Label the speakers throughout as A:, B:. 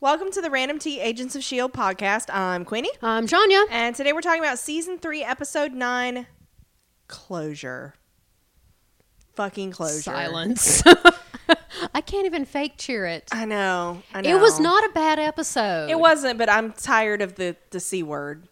A: Welcome to the Random Tea Agents of S.H.I.E.L.D. E podcast. I'm Queenie.
B: I'm Shania.
A: And today we're talking about season three, episode nine closure. Fucking closure.
B: Silence. I can't even fake cheer it.
A: I know. I know.
B: It was not a bad episode.
A: It wasn't, but I'm tired of the, the C word.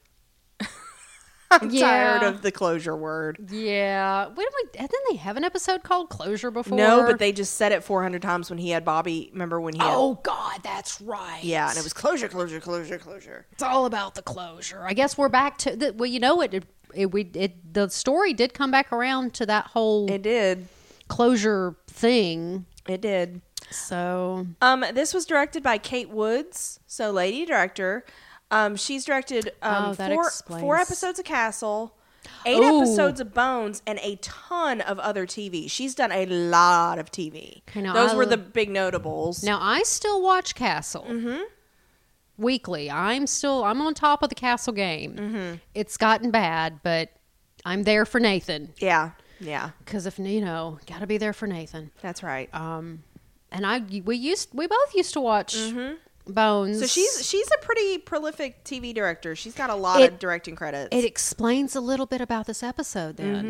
A: I'm tired
B: Yeah.
A: of the closure word.
B: Yeah. Wait, wait, didn't they have an episode called Closure before?
A: No, but they just said it 400 times when he had Bobby. Remember when he had-
B: Oh, God, that's right.
A: Yeah, and it was closure, closure, closure, closure.
B: It's all about the closure. I guess we're back to the, well, you know, it, it we it the story did come back around to that whole
A: It did.
B: closure thing.
A: It did.
B: So
A: Um, this was directed by Kate Woods, so lady director. Um, she's directed um,
B: Oh, that
A: four,
B: explains.
A: four episodes of Castle, eight
B: Ooh.
A: episodes of Bones, and a ton of other TV. She's done a lot of TV.
B: I know,
A: Those
B: I
A: were
B: lo-
A: the big notables.
B: now I still watch Castle
A: Mm-hmm.
B: weekly. I'm still I'm on top of the Castle game.
A: Mm-hmm.
B: It's gotten bad, but I'm there for Nathan
A: yeah, yeah,
B: because if you know, got to be there for Nathan.
A: that's right.
B: Um, and I we used we both used to watch Bones.
A: Mm-hmm. so she's she's a pretty prolific TV director. She's got a lot of
B: It-
A: directing credits.
B: it explains a little bit about this episode then.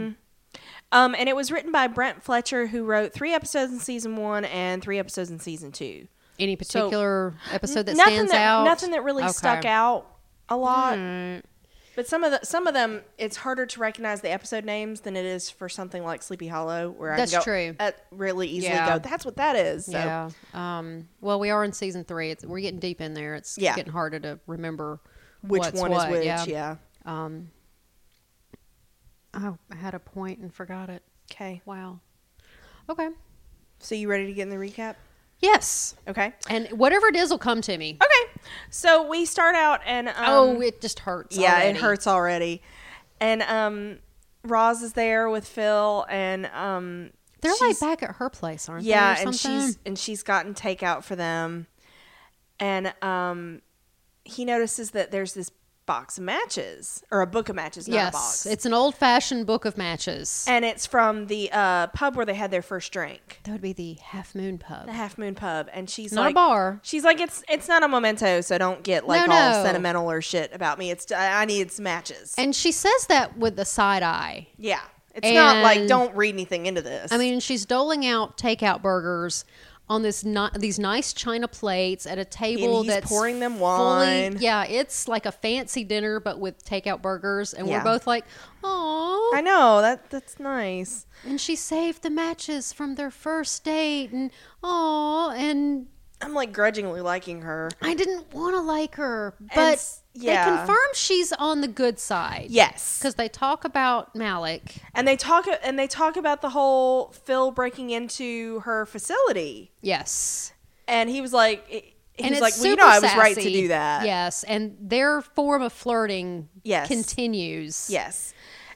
A: Mm-hmm. um, and it was written by Brent Fletcher, who wrote three episodes in season one and three episodes in season two.
B: Any particular episode that
A: nothing
B: stands
A: that,
B: out?
A: Nothing that really
B: Okay.
A: stuck out a lot.
B: Mm.
A: But some of the, some of them, it's harder to recognize the episode names than it is for something like Sleepy Hollow, where
B: That's
A: I can go,
B: true.
A: uh, really easily go.
B: Yeah.
A: That's what that is. So.
B: Yeah. Um, well, we are in season three. It's, we're getting deep in there. It's
A: Yeah.
B: getting harder to remember
A: Which
B: what's
A: one
B: what,
A: is which? Yeah.
B: Yeah. Um, oh, I had a point and forgot it.
A: Okay.
B: Wow. Okay.
A: So you ready to get in the recap?
B: Yes.
A: Okay.
B: And whatever it is will come to me.
A: Okay. So we start out and um,
B: oh, it just hurts.
A: yeah,
B: already.
A: it hurts already. And um, Roz is there with Phil, and um,
B: They're
A: she's-
B: like back at her place, aren't
A: yeah
B: they? or
A: and
B: something?
A: she's and she's gotten takeout for them and um he notices that there's this box of matches or a book of matches not a
B: yes.
A: box
B: It's an old fashioned book of matches.
A: and it's from the uh pub where they had their first drink
B: that would be the Half Moon Pub.
A: the half moon pub and she's
B: Not a
A: like
B: bar.
A: she's like it's it's not a memento so don't get like
B: No,
A: all
B: no.
A: sentimental or shit about me it's i I need some matches
B: And she says that with a side eye.
A: yeah it's not like
B: And-
A: don't read anything into this
B: I mean, she's doling out takeout burgers on this ni- these nice china plates at a table
A: And he's
B: that's
A: pouring them
B: fully-
A: wine.
B: yeah, it's like a fancy dinner, but with takeout burgers, and
A: Yeah.
B: we're both like, "Oh!"
A: i know that that's nice
B: And she saved the matches from their first date, and oh, and
A: i'm like grudgingly liking her
B: I didn't want to like her,
A: And
B: but
A: s- yeah.
B: they confirm she's on the good side.
A: yes
B: because they talk about Malik.
A: and they talk and they talk about the whole Phil breaking into her facility,
B: Yes.
A: and he was like, he
B: and
A: was
B: it's
A: like, well, you
B: super
A: know, I was right to
B: sassy.
A: do that.
B: Yes, and their form of flirting
A: Yes.
B: continues.
A: Yes.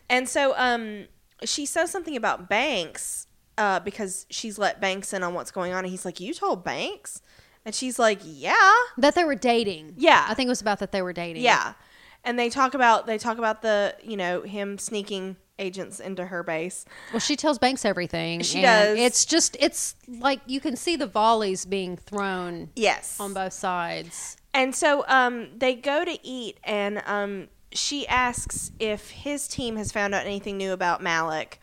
A: And so, um, she says something about Banks, uh, because she's let Banks in on what's going on, and he's like, you told Banks, and she's like, yeah,
B: that they were dating.
A: Yeah.
B: I think it was about that they were dating.
A: yeah. And they talk about they talk about the you know him sneaking agents into her base.
B: Well, she tells Banks everything.
A: She does.
B: and It's just it's like you can see the volleys being thrown
A: Yes.
B: on both sides.
A: And so um, they go to eat, and um, she asks if his team has found out anything new about Malik.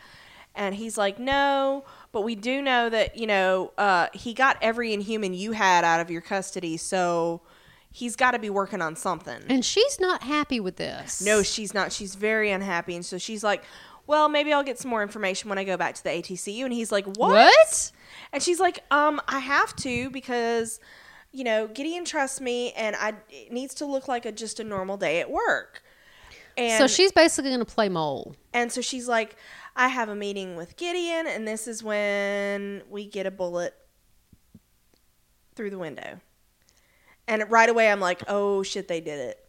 A: And he's like, no, but we do know that, you know, uh, he got every inhuman you had out of your custody, so he's got to be working on something.
B: And she's not happy with this.
A: No, she's not. She's very unhappy. And so she's like, well, maybe I'll get some more information when I go back to the ATCU. And he's like,
B: What?
A: and she's like, um, I have to because, you know, Gideon trusts me and I it needs to look like a just a normal day at work. And
B: so she's basically going to play mole.
A: and so she's like, I have a meeting with Gideon and this is when we get a bullet through the window. And right away I'm like, Oh shit, they did it.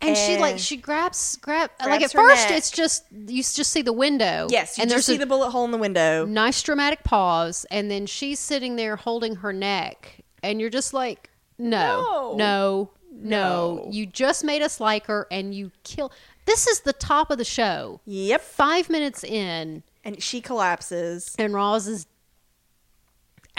B: And she
A: Eh.
B: like she grabs grab like
A: Grabs
B: at
A: her
B: first
A: neck.
B: it's just you s- just see the window.
A: Yes, you
B: and
A: just
B: there's
A: see
B: a Mm-hmm.
A: the bullet hole in the window.
B: nice dramatic pause and then she's sitting there holding her neck and you're just like no
A: No.
B: no no,
A: No.
B: you just made us like her and you kill this is the top of the show
A: Yep.
B: five minutes in
A: And she collapses.
B: and Roz is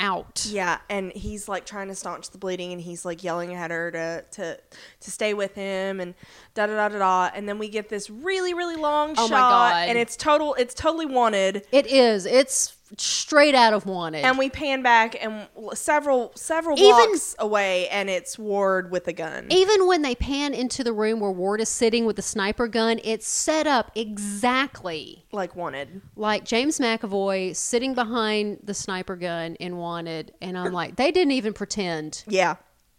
B: out.
A: Yeah, and he's like trying to staunch the bleeding, and he's like yelling at her to to to stay with him, and da da da da da. And then we get this really really long
B: Oh my
A: shot,
B: God.
A: and it's total it's totally wanted.
B: It is. It's straight out of Wanted.
A: And we pan back and l- several several
B: Even- E
A: blocks away, and it's Ward with a gun.
B: Even when they pan into the room where Ward is sitting with the sniper gun, it's set up exactly
A: like wanted.
B: like James McAvoy sitting behind the sniper gun in Wanted. And I'm like, they didn't even pretend.
A: Yeah,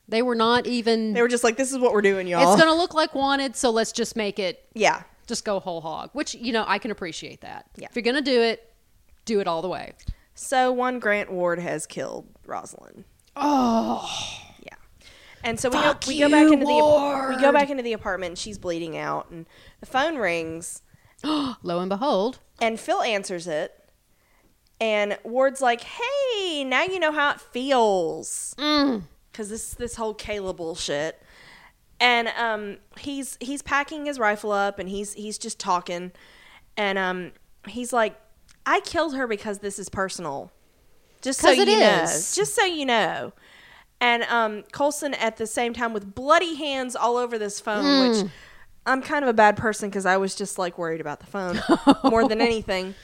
B: They were not even.
A: they were just like, "This is what we're doing, y'all."
B: it's going to look like Wanted, so let's just make it,
A: yeah,
B: just go whole hog, which, you know, I can appreciate that.
A: Yeah.
B: If you're going to do it, do it all the way.
A: So one Grant Ward has killed Rosalind. Oh. Yeah. And so we go,
B: Fuck
A: we go back
B: you,
A: into the we go
B: Ward.
A: back into the apartment and she's bleeding out and the phone rings
B: Lo and behold,
A: and Phil answers it and Ward's like, "Hey, now you know how it feels."
B: Mm.
A: Cuz this this whole Kayla bullshit. And um he's he's packing his rifle up and he's he's just talking and um he's like, "I killed her because this is personal." Just so
B: 'Cause
A: you
B: it
A: know.
B: is.
A: Just so you know. And um, Colson at the same time with bloody hands all over this phone,
B: Mm.
A: which I'm kind of a bad person because I was just like worried about the phone more than anything.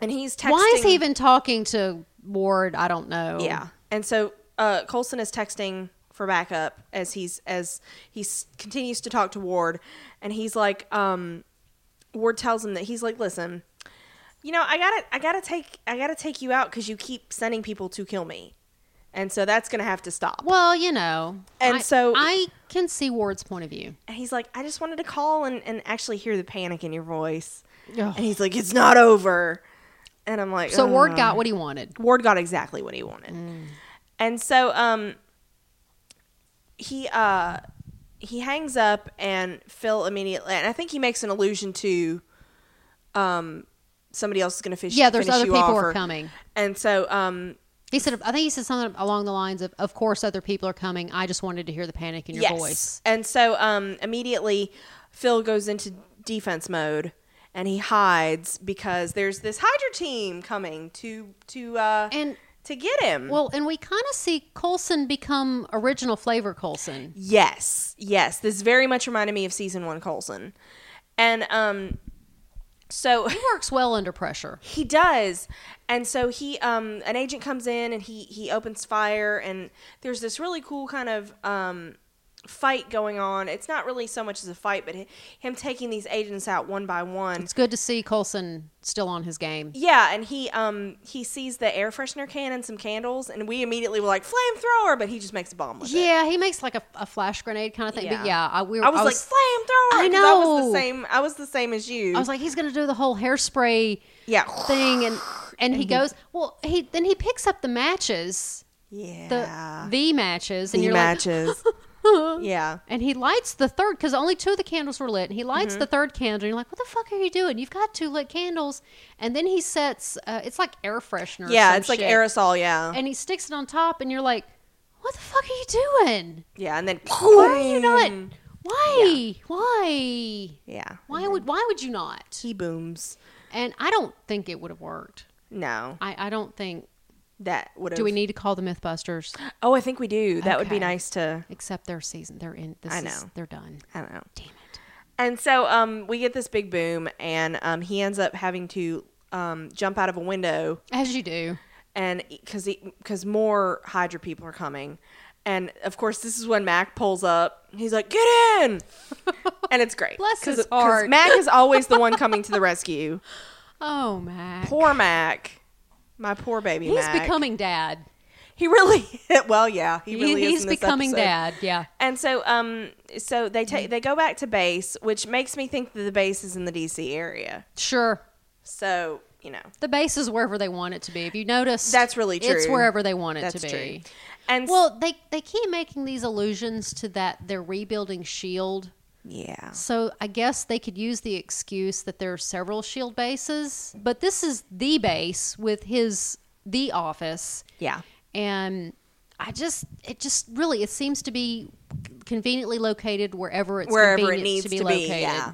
A: And he's texting.
B: why is he even talking to Ward? I don't know.
A: Yeah. And so uh, Colson is texting for backup as he's as he s- continues to talk to Ward, and he's like, um, Ward tells him that he's like, listen, you know, I gotta I gotta take I gotta take you out because you keep sending people to kill me, and so that's gonna have to stop.
B: Well, you know.
A: And
B: I-
A: so-
B: I can see Ward's point of view.
A: And he's like, I just wanted to call and, and actually hear the panic in your voice.
B: Ugh.
A: And he's like, it's not over. And I'm like, "Uh-huh."
B: So Ward
A: "Ugh."
B: got what he wanted.
A: Ward got exactly what he wanted. And so um he uh he hangs up and Phil immediately and I think he makes an allusion to um somebody else is going to fish
B: Yeah, there's
A: finish
B: other
A: you
B: people
A: off
B: are
A: or-
B: coming.
A: And so um
B: He said, I think he said something along the lines of, "Of course, other people are coming. I just wanted to hear the panic in your voice."
A: And so um, immediately Phil goes into defense mode and he hides because there's this Hydra team coming to to uh,
B: And
A: to get him.
B: well, and we kind of see Colson become original flavor Colson.
A: yes, yes. This very much reminded me of season one Colson. And um so
B: He works well under pressure.
A: He does. And so he um an agent comes in and he he opens fire and there's this really cool kind of um fight going on. It's not really so much as a fight but hi- him taking these agents out one by one.
B: It's good to see Colson still on his game.
A: Yeah, and he um he sees the air freshener can and some candles and we immediately were like flamethrower but he just makes a bomb with it.
B: Yeah, he makes like a, a flash grenade kind of thing.
A: Yeah.
B: But yeah, I, we were,
A: I was, like flamethrower.
B: I
A: 'cause I was the
B: know.
A: same I was the same as you.
B: I was like, he's gonna do the whole hairspray
A: yeah.
B: thing, and and he goes, well, he then he picks up the matches, the
A: Yeah.
B: the matches,
A: The,
B: and you're
A: matches.
B: like,
A: yeah.
B: And he lights the third because only two of the candles were lit. And he lights
A: Mm-hmm.
B: the third candle. And you're like, what the fuck are you doing? You've got two lit candles. And then he sets, uh, it's like air freshener. or
A: Yeah,
B: some
A: it's like
B: shit.
A: aerosol, yeah.
B: And he sticks it on top. And you're like, what the fuck are you doing?
A: Yeah, and then
B: Why are you not? Why? Why?
A: Yeah.
B: Why would? Why would you not?
A: He booms.
B: And I don't think it would have worked.
A: No,
B: I, I don't think.
A: that would have.
B: Do we need to call the MythBusters?
A: Oh, I think we do. That would be
B: Okay.
A: nice to.
B: Except their season, they're in. This
A: I
B: is-
A: know.
B: they're done.
A: I don't know.
B: Damn it.
A: And so, um, we get this big boom, and um, he ends up having to um jump out of a window,
B: As you do.
A: and e, because because more Hydra people are coming, and of course this is when Mac pulls up. He's like, "Get in!" and it's great.
B: Bless his
A: 'cause
B: heart.
A: Mac is always the one coming to the rescue.
B: Oh Mac.
A: Poor Mac. My poor baby.
B: He's
A: Mac.
B: becoming dad.
A: He really. Well, yeah. He really. is
B: he's
A: in this
B: becoming
A: episode.
B: dad. Yeah.
A: And so, um, so they take they go back to base, which makes me think that the base is in the DC area.
B: Sure.
A: So you know,
B: The base is wherever they want it to be. If you notice,
A: That's really
B: It's
A: true.
B: wherever they want it
A: that's
B: to
A: true.
B: be.
A: And well,
B: Well, they they keep making these allusions to that they're rebuilding Shield.
A: yeah,
B: E So I guess they could use the excuse that there are several Shield E bases, but this is the base with his the office,
A: yeah,
B: and I just it just really it seems to be conveniently located wherever it's
A: Wherever it
B: convenient
A: needs
B: to be
A: to be,
B: located.
A: yeah.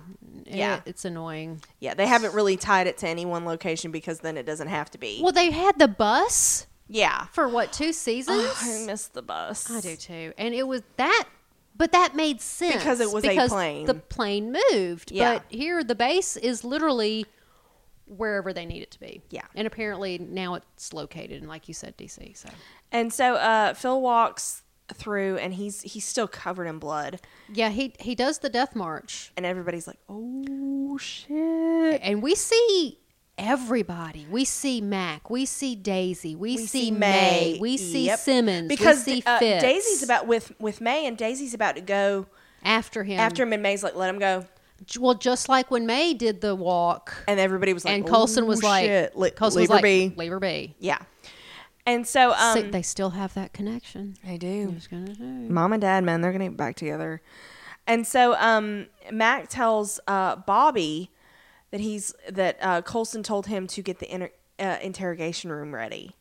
B: It-
A: Yeah.
B: it's annoying.
A: yeah. They haven't really tied it to any one location because then it doesn't have to be.
B: Well, they had the bus
A: Yeah.
B: for what two seasons?
A: Oh, I miss the bus.
B: I do too. And it was that, but that made sense
A: Because it was a
B: because
A: plane.
B: The plane moved,
A: Yeah.
B: but here the base is literally wherever they need it to be.
A: Yeah.
B: and apparently now it's located in, like you said, DC. So
A: And so uh, Phil walks through, and he's he's still covered in blood,
B: yeah, he he does the death march,
A: and everybody's like, "Oh shit!"
B: and we see. Everybody, we see Mac, we see Daisy, we, see, May, we see
A: Yep.
B: Simmons,
A: because
B: we see
A: uh,
B: Fitz.
A: Daisy's about with with May, and Daisy's about to go
B: after him.
A: after him, and May's like, "Let him go,"
B: well, just like when May did the walk,
A: and everybody was like,
B: and Colson was
A: "Oh,
B: like,
A: shit. Le-
B: Colson
A: leave
B: was like,
A: her be."
B: leave her be.
A: yeah." And so, um,
B: So they still have that connection.
A: I do.
B: I'm just gonna do.
A: Mom and dad, man, they're gonna get back together. And so um, Mac tells uh, Bobby that he's that uh, Colson told him to get the inter- uh, interrogation room ready.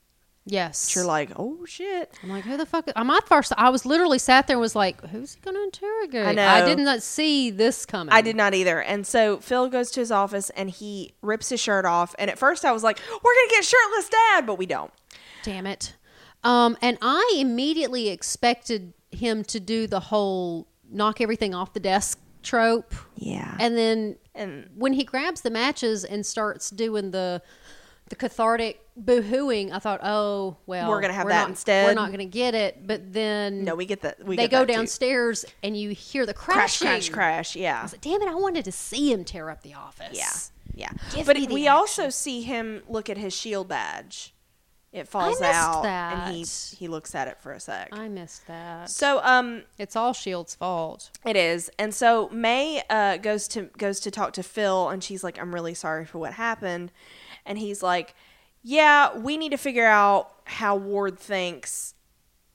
B: Yes.
A: You're like, oh shit.
B: I'm like, who the fuck? Am I first? I was literally sat there and was like, who's he gonna interrogate?
A: I know.
B: did not see this coming.
A: I did not either. And so Phil goes to his office and he rips his shirt off. And at first I was like, we're gonna get shirtless dad, but we don't.
B: Damn it. Um, and I immediately expected him to do the whole knock everything off the desk trope,
A: Yeah. And,
B: and then
A: and
B: when he grabs the matches and starts doing the the cathartic boohooing, I thought, oh well,
A: We're gonna have that
B: not-
A: instead.
B: We're not gonna get it. But then
A: no, we get that. We
B: they
A: get
B: go
A: that too.
B: downstairs and you hear the
A: Crash,
B: crashing.
A: crash, crash.
B: I
A: Yeah.
B: was like, damn it! I wanted to see him tear up the office.
A: Yeah. Yeah.
B: Give
A: but
B: me the
A: we also see him look at his shield badge. It falls
B: missed
A: out
B: that.
A: and he he looks at it for a sec.
B: I missed that.
A: so um
B: It's all Shield's fault.
A: it is. And so May uh goes to goes to talk to Phil and she's like I'm really sorry for what happened and he's like yeah, we need to figure out how Ward thinks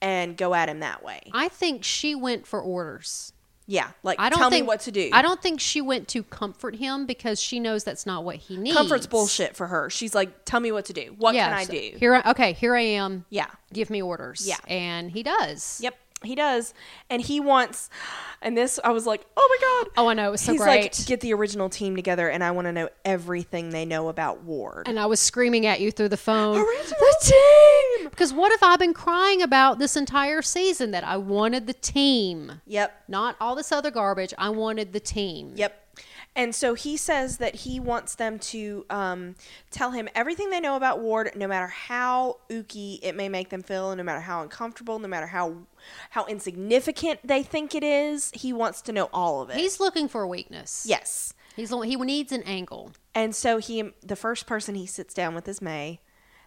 A: and go at him that way.
B: I think she went for orders.
A: Yeah, like
B: I don't
A: tell
B: think
A: me what to do.
B: I don't think she went to comfort him because she knows that's not what he needs.
A: comfort's bullshit for her. She's like tell me what to do. What
B: Yeah,
A: can I
B: so
A: do?
B: Here, I, okay, here I am.
A: yeah.
B: give me orders.
A: Yeah.
B: And he does.
A: Yep, he does. And he wants, and this, I was like, oh my God.
B: Oh, I know. It was so
A: He's
B: great.
A: like, get the original team together, and I want to know everything they know about Ward.
B: and I was screaming at you through the
A: Oh,
B: phone.
A: the team!
B: Because what have I been crying about this entire season that I wanted the team?
A: Yep,
B: Not all this other garbage. I wanted the team.
A: yep. And so he says that he wants them to um, tell him everything they know about Ward, no matter how ooky it may make them feel, no matter how uncomfortable, no matter how how insignificant they think it is. He wants to know all of it.
B: He's looking for a weakness.
A: yes.
B: He's he needs an angle.
A: And so he, the first person he sits down with is May,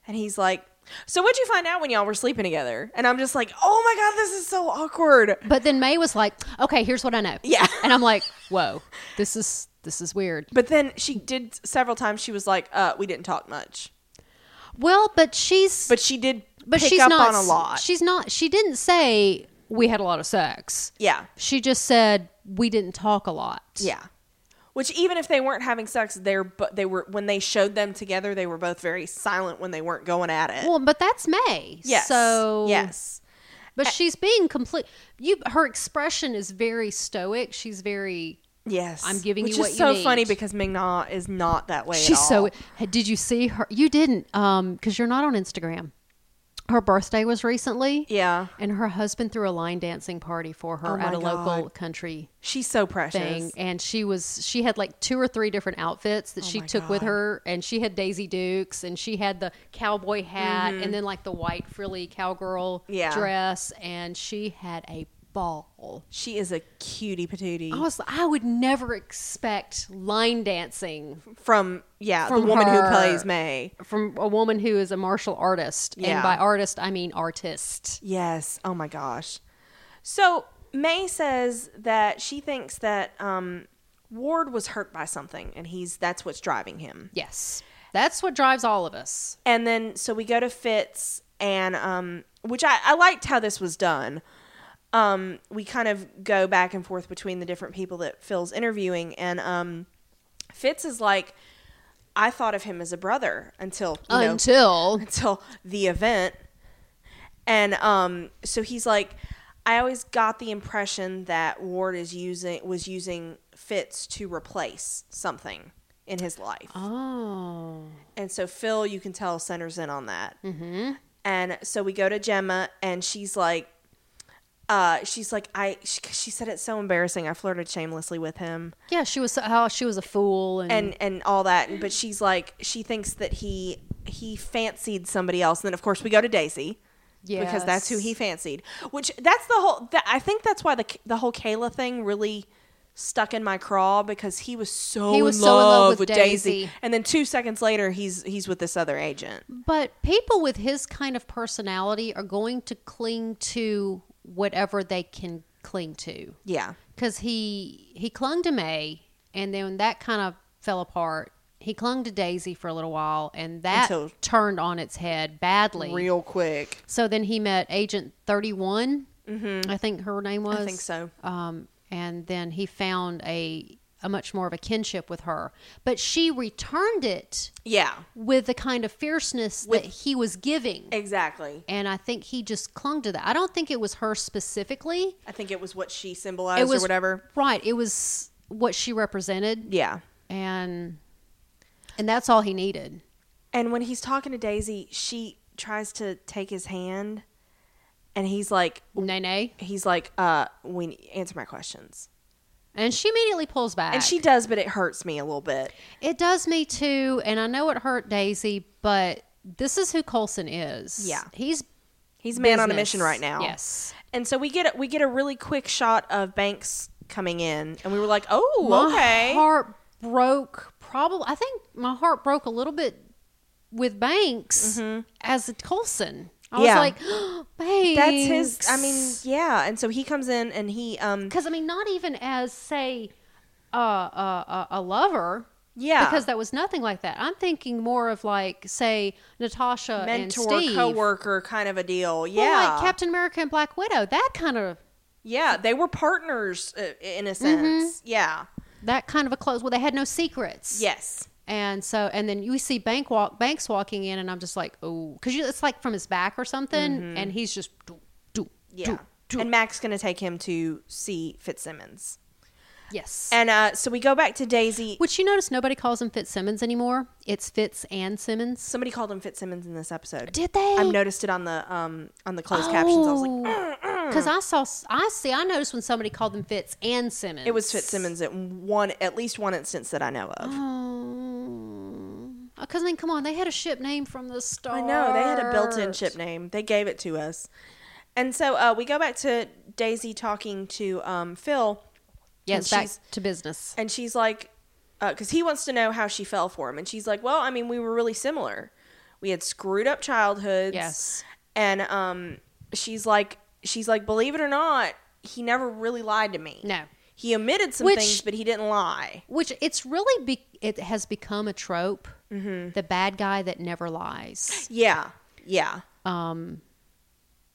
A: and he's like, "So what'd you find out when y'all were sleeping together?" And I'm just like, "Oh my god, this is so awkward."
B: But then May was like, "Okay, here's what I know."
A: Yeah.
B: And I'm like, "Whoa, this is this is weird."
A: But then she did several times. She was like, "Uh, we didn't talk much,"
B: Well, but she's
A: but she did
B: but
A: pick
B: she's
A: up
B: not
A: on a lot.
B: She's not. She didn't say we had a lot of sex.
A: yeah,
B: She just said we didn't talk a lot.
A: yeah. Which even if they weren't having sex, they're but they were when they showed them together, they were both very silent when they weren't going at it.
B: Well, but that's May.
A: yes.
B: So
A: yes,
B: But she's being complete. You. Her expression is very stoic. She's very.
A: yes.
B: I'm giving
A: Which
B: you
A: is
B: what you
A: so
B: need.
A: funny because Ming Na is not that way. at
B: She's so.
A: all.
B: Hey, Did you see her? You didn't. Um, because you're not on Instagram. Her birthday was recently.
A: yeah.
B: And her husband threw a line dancing party for her
A: Oh my
B: at a local
A: God.
B: country
A: She's so precious.
B: thing, and she was she had like two or three different outfits that she
A: my
B: took with
A: God.
B: her, and she had Daisy Dukes, and she had the cowboy hat, and then like the white frilly cowgirl
A: Yeah.
B: dress, and she had a ball.
A: She is a cutie patootie.
B: I was I would never expect line dancing
A: from yeah,
B: From
A: the woman
B: her.
A: who plays May.
B: from a woman who is a martial artist,
A: Yeah.
B: and by artist I mean artist.
A: Yes. Oh my gosh. So May says that she thinks that um, Ward was hurt by something, and he's that's what's driving him.
B: Yes, that's what drives all of us.
A: And then so we go to Fitz, and um, which I, I liked how this was done. Um, we kind of go back and forth between the different people that Phil's interviewing, and um, Fitz is like, I thought of him as a brother until you know,
B: Until
A: until the event. And um, so he's like, I always got the impression that Ward is using was using Fitz to replace something in his life.
B: oh.
A: And so Phil, you can tell, centers in on that. Mm-hmm. And so we go to Gemma, and she's like, uh, she's like, I. She, she said it's so embarrassing. I flirted shamelessly with him,
B: Yeah, she was how she was a fool and,
A: and and all that. But she's like, she thinks that he he fancied somebody else. And then of course we go to Daisy. because that's who
B: Yes.
A: he fancied. Which that's the whole. That, I think that's why the the whole Kayla thing really stuck in my craw because he was so
B: He was
A: in
B: so in
A: love,
B: love
A: with,
B: with
A: Daisy.
B: Daisy.
A: and then two seconds later he's he's with this other agent.
B: But people with his kind of personality are going to cling to whatever they can cling to.
A: Yeah,
B: Because he he clung to May, and then that kind of fell apart. He clung to Daisy for a little while, and that
A: Until-
B: turned on its head badly.
A: real quick. Mm-hmm.
B: So then he met Agent Thirty I think her name was.
A: I think so.
B: Um, and then he found a a much more of a kinship with her, but she returned it
A: Yeah,
B: with the kind of fierceness that he was giving.
A: exactly.
B: and I think he just clung to that. I don't think it was her specifically.
A: I think it was what she symbolized
B: it was
A: or whatever.
B: Right. It was what she represented,
A: Yeah.
B: and and that's all he needed.
A: And when he's talking to Daisy, she tries to take his hand, and he's like,
B: Nay, nay.
A: he's like, uh, we answer my questions,
B: And she immediately pulls back.
A: and she does, but it hurts me a little bit.
B: It does me too, and I know it hurt Daisy, but this is who Colson is.
A: Yeah.
B: he's
A: He's man on a
B: business.
A: mission right now.
B: Yes,
A: And so we get a, we get a really quick shot of Banks coming in, and we were like, "Oh, okay."
B: My heart broke. Probably, I think my heart broke a little bit with Banks as a Colson. I
A: Mm-hmm. Yeah.
B: was like, oh, Banks.
A: That's his. I mean, yeah. And so he comes in, and he, um,
B: because I mean, not even as say uh, uh, uh, a lover.
A: yeah,
B: Because that was nothing like that. I'm thinking more of like, say, Natasha and
A: mentor,
B: Steve.
A: coworker, kind of a deal. Yeah,
B: Well, like Captain America and Black Widow, that kind of
A: yeah. They were partners uh, in a sense.
B: Mm-hmm.
A: Yeah.
B: that kind of a close. Well, they had no secrets.
A: Yes.
B: And so, and then you see Bank walk, Banks walking in, and I'm just like, oh, because it's like from his back or something, and he's just do, do,
A: Mm-hmm. Yeah.
B: do, do.
A: And Mac's gonna take him to see Fitzsimmons,
B: yes.
A: and uh, so we go back to Daisy.
B: Which you notice nobody calls him Fitzsimmons anymore. It's Fitz and Simmons.
A: Somebody called him Fitzsimmons in this episode.
B: Did Oh. they?
A: I've noticed it on the um on the closed captions. I was like, "Uh,
B: because I saw, I see, I noticed when somebody called them Fitz and Simmons.
A: It was Fitzsimmons at one, at least one instance that I know of.
B: Because Oh. I mean, come on, they had a ship name from the start.
A: I know they had a built-in ship name. They gave it to us, and so uh, we go back to Daisy talking to um, Phil.
B: Yes,
A: and
B: back
A: she's,
B: to business.
A: and she's like, because he wants to know how she fell for him, and she's like, well, I mean, we were really similar. We had screwed up childhoods.
B: Yes.
A: and um, she's like, she's like, believe it or not, he never really lied to me.
B: No.
A: He omitted some
B: Which-
A: things, but he didn't lie.
B: Which it's really be- it has become a trope.
A: Mm-hmm.
B: The bad guy that never lies.
A: Yeah, yeah.
B: Um,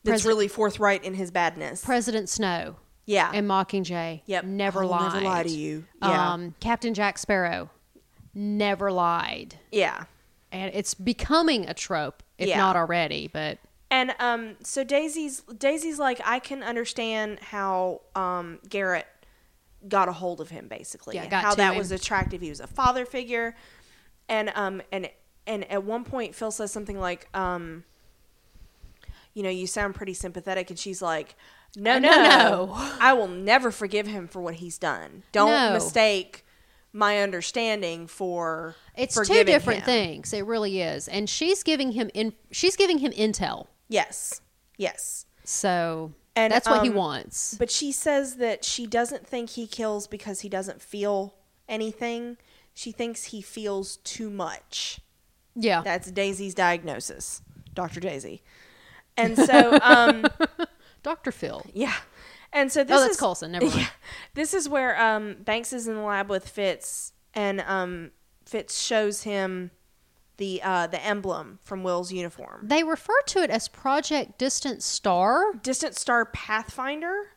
A: That's
B: President-
A: really forthright in his badness.
B: President Snow
A: Yeah.
B: and Mockingjay.
A: Yep.
B: never
A: I will
B: lied.
A: never lie to you. Yeah.
B: Um, Captain Jack Sparrow never lied,
A: yeah.
B: and it's becoming a trope, if
A: Yeah.
B: not already. But
A: And um, so Daisy's Daisy's like I can understand how um, Garrett got a hold of him basically,
B: Yeah,
A: and
B: got
A: how
B: to
A: that
B: him.
A: was attractive. He was a father figure, and um, and and at one point Phil says something like, um, you know, you sound pretty sympathetic, and she's like. No,
B: Uh,
A: no,
B: no,
A: no.
B: no."
A: I will never forgive him for what he's done. Don't
B: No.
A: mistake my understanding for
B: it's two
A: forgiving
B: different
A: him.
B: things. It really is, and she's giving him in she's giving him intel.
A: Yes. Yes.
B: So
A: And,
B: that's what he
A: um,
B: wants.
A: But she says that she doesn't think he kills because he doesn't feel anything. She thinks he feels too much.
B: Yeah.
A: That's Daisy's diagnosis, Dr. Daisy. And so, um,
B: Dr. Phil.
A: yeah. And so this
B: oh, that's
A: is
B: Coulson. Never mind.
A: Yeah. This is where um, Banks is in the lab with Fitz, and um, Fitz shows him the uh, the emblem from Will's uniform.
B: They refer to it as Project Distant Star,
A: Distant Star Pathfinder.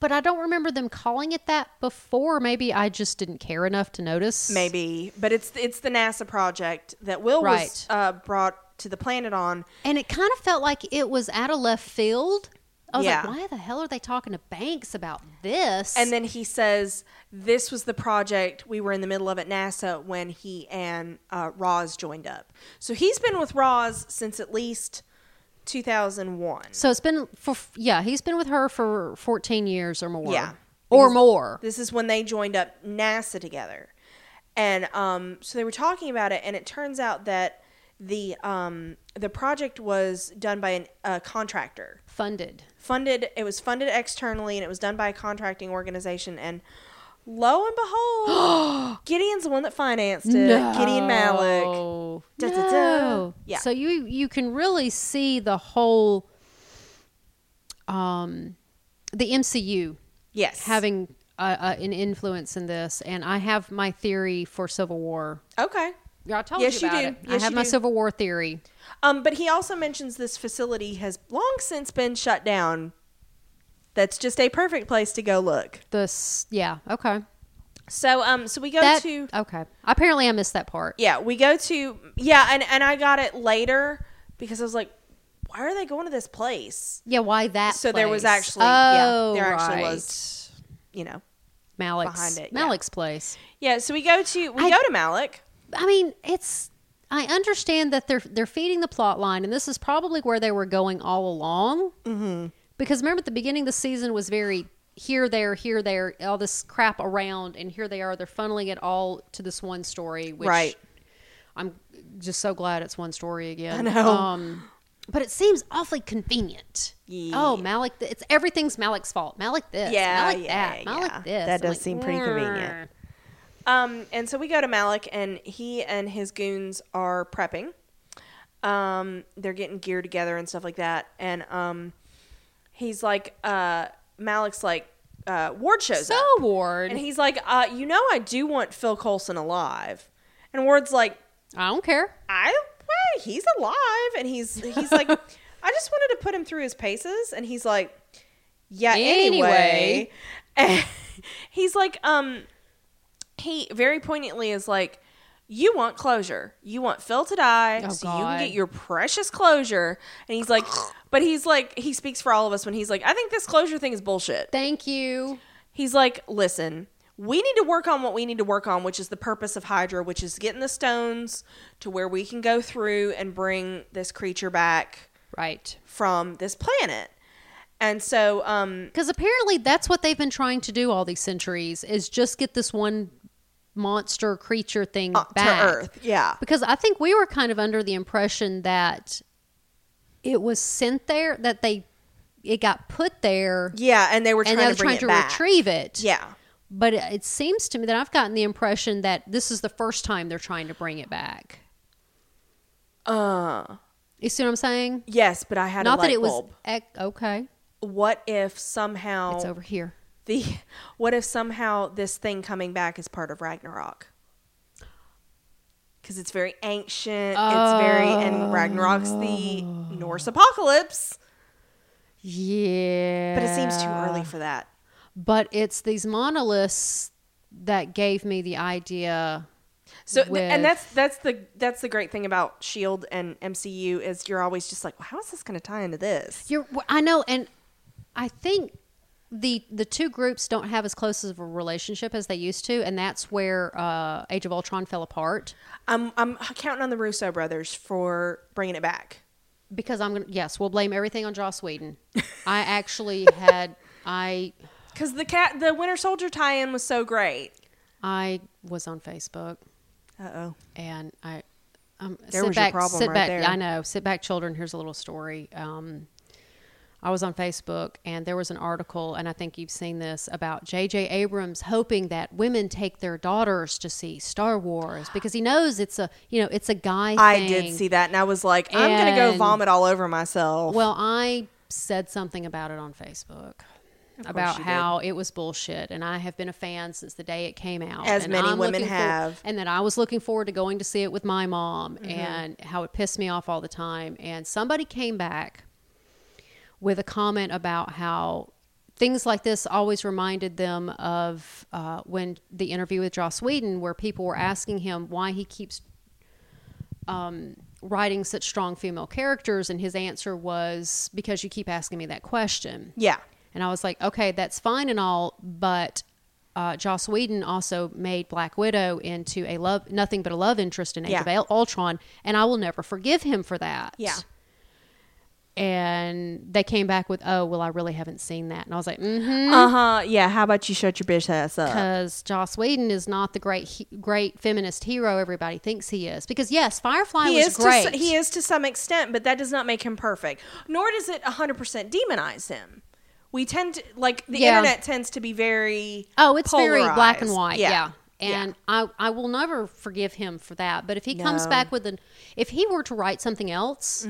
B: but I don't remember them calling it that before. Maybe I just didn't care enough to notice.
A: maybe but it's it's the nasa project that will was
B: Right.
A: uh, brought to the planet on
B: And it kind of felt like it was out of left field. I was
A: Yeah.
B: like, why the hell are they talking to Banks about this?
A: and then he says this was the project we were in the middle of at nasa when he and uh, roz joined up so he's been with roz since at least 2001.
B: So it's been for yeah, he's been with her for 14 years or more.
A: Yeah.
B: Or
A: Because-
B: more.
A: This is when they joined up NASA together. And um, so they were talking about it, and it turns out that the um, the project was done by an, a contractor.
B: Funded.
A: funded it was funded externally and it was done by a contracting organization and lo and behold gideon's the one that financed it gideon malik
B: No.
A: Da, da, da.
B: No.
A: Yeah.
B: So you you can really see the whole um the MCU
A: yes
B: having uh, uh, an influence in this and I have my theory for Civil War.
A: okay
B: I told
A: Yes,
B: you
A: you
B: about
A: do.
B: it.
A: Yes,
B: I have
A: you
B: my
A: do.
B: Civil War theory.
A: um but he also mentions this facility has long since been shut down that's just a perfect place to go look
B: This yeah, okay.
A: so um so we go
B: that
A: to
B: okay. Apparently I missed that part.
A: yeah we go to yeah and and i got it later because i was like why are they going to this place
B: Yeah, why that?
A: so there was
B: place?
A: actually
B: oh,
A: yeah there
B: right.
A: actually was you know
B: Malik's
A: behind it, yeah.
B: Malik's place.
A: Yeah, so we go to we
B: I-
A: go to Malik.
B: I mean, it's. I understand that they're they're feeding the plot line, and this is probably where they were going all along. Mm-hmm. Because remember, at the beginning, of the season was very here, there, here, there, all this crap around, and here they are. They're funneling it all to this one story, which
A: Right.
B: I'm just so glad it's one story again.
A: I know.
B: Um, but it seems awfully convenient.
A: Yeah.
B: Oh, Malik, th- it's everything's Malik's fault. Malik this,
A: Yeah,
B: Malik
A: yeah,
B: that, Malik
A: yeah.
B: this.
A: That
B: I'm
A: does seem pretty convenient.
B: "Grr."
A: Um, and so we go to Malik, and he and his goons are prepping. Um, they're getting gear together and stuff like that. And um, he's like, uh, Malik's like, uh, Ward shows
B: So
A: up,
B: Ward,
A: and he's like, uh, you know, I do want Phil Coulson alive. And Ward's like,
B: I don't care.
A: I well, he's alive, and he's he's like, I just wanted to put him through his paces, and he's like, yeah, anyway.
B: Anyway.
A: And he's like, um, he very poignantly is like, you want closure, you want Phil to die,
B: Oh,
A: so you can
B: God.
A: get your precious closure, and he's like. But he's like, he speaks for all of us when he's like, I think this closure thing is bullshit.
B: Thank you.
A: He's like, listen, we need to work on what we need to work on, which is the purpose of Hydra, which is getting the stones to where we can go through and bring this creature back
B: Right.
A: from this planet. And so, um,
B: Because apparently that's what they've been trying to do all these centuries is just get this one monster creature thing
A: uh,
B: back.
A: to Earth, yeah,
B: Because I think we were kind of under the impression that it was sent there, that they it got put there,
A: yeah, and they were trying
B: and they were
A: to bring
B: trying
A: it
B: to
A: back.
B: retrieve it.
A: Yeah,
B: But it, it seems to me that I've gotten the impression that this is the first time they're trying to bring it back.
A: uh,
B: You see what I'm saying?
A: yes, but I had
B: Not
A: a
B: that
A: light
B: it was
A: bulb. Oh.
B: ec- okay.
A: What if somehow
B: It's over here.
A: the what if somehow this thing coming back is part of Ragnarok? Because it's very ancient. It's very and Ragnarok's the Norse apocalypse,
B: Yeah.
A: but it seems too early for that.
B: But it's these monoliths that gave me the idea.
A: So th-
B: With-
A: and that's that's the that's the great thing about Shield E and MCU is you're always just like, well, how is this going to tie into this?
B: You're, I know, and I think the the two groups don't have as close of a relationship as they used to, and that's where uh, Age of Ultron fell apart.
A: I'm I'm counting on the Russo brothers for bringing it back.
B: Because I'm gonna yes, we'll blame everything on Joss Whedon. I actually had I
A: Because the cat the Winter Soldier tie-in was so great.
B: I was on Facebook
A: Uh oh.
B: and I um,
A: There
B: sit
A: was your
B: back,
A: problem
B: sit
A: right
B: back.
A: there.
B: I know. Sit back, children. Here's a little story. Um, I was on Facebook and there was an article, and I think you've seen this about J.J. Abrams hoping that women take their daughters to see Star Wars because he knows it's a you know it's a guy.
A: I did
B: thing.
A: see that, and I was like, I'm gonna go
B: And-
A: vomit all over myself.
B: Well, I said something about it on Facebook about
A: you did.
B: how it was bullshit, and I have been a fan since the day it came out.
A: As
B: and
A: many women
B: looking for-
A: have. Mm-hmm.
B: and that I was looking forward to going to see it with my mom, and how it pissed me off all the time. And somebody came back with a comment about how things like this always reminded them of uh, when the interview with Joss Whedon, where people were asking him why he keeps um, writing such strong female characters, and his answer was because you keep asking me that question.
A: yeah.
B: And I was like, okay, that's fine and all, but uh, Joss Whedon also made Black Widow into a love, nothing but a love interest in Age
A: Yeah.
B: of Ul- Ultron, and I will never forgive him for that.
A: Yeah.
B: and they came back with, "Oh, well, I really haven't seen that." And I was like, "Mm-hmm,"
A: Uh huh. Yeah. How about you shut your bitch ass up?
B: because Joss Whedon is not the great, he- great feminist hero everybody thinks he is. Because yes, Firefly
A: He
B: was
A: is
B: great.
A: To, s- he is to some extent, but that does not make him perfect. Nor does it 100% demonize him. We tend to like the
B: Yeah.
A: internet tends to be very
B: Oh, it's very black and
A: polarized.
B: white. Yeah. And I, I will never forgive him for that. But if he comes
A: No. Mm-hmm.
B: back with an, if he were to write something else,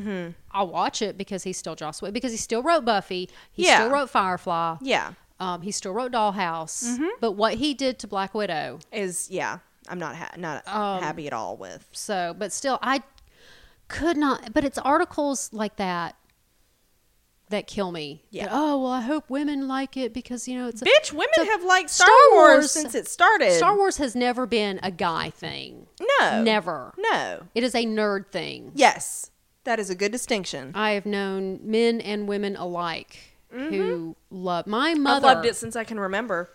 B: I'll watch it because he's still Joss Whedon. Because he still wrote Buffy. He
A: Yeah.
B: still wrote Firefly.
A: yeah,
B: Um, he still wrote Dollhouse.
A: Mm-hmm.
B: But what he did to Black Widow.
A: is yeah. I'm not ha- not
B: Um,
A: happy at all with.
B: So, but still, I could not. But it's articles like that that kill me.
A: Yeah.
B: That, oh well, I hope women like it because you know it's a,
A: Bitch, women
B: it's a-
A: have liked Star,
B: Star
A: Wars,
B: Wars-
A: since it started.
B: Star Wars has never been a guy thing.
A: no,
B: Never.
A: no.
B: It is a nerd thing.
A: Yes, that is a good distinction.
B: I have known men and women alike who love my
A: Mm-hmm. I've
B: mother.
A: loved it since I can remember.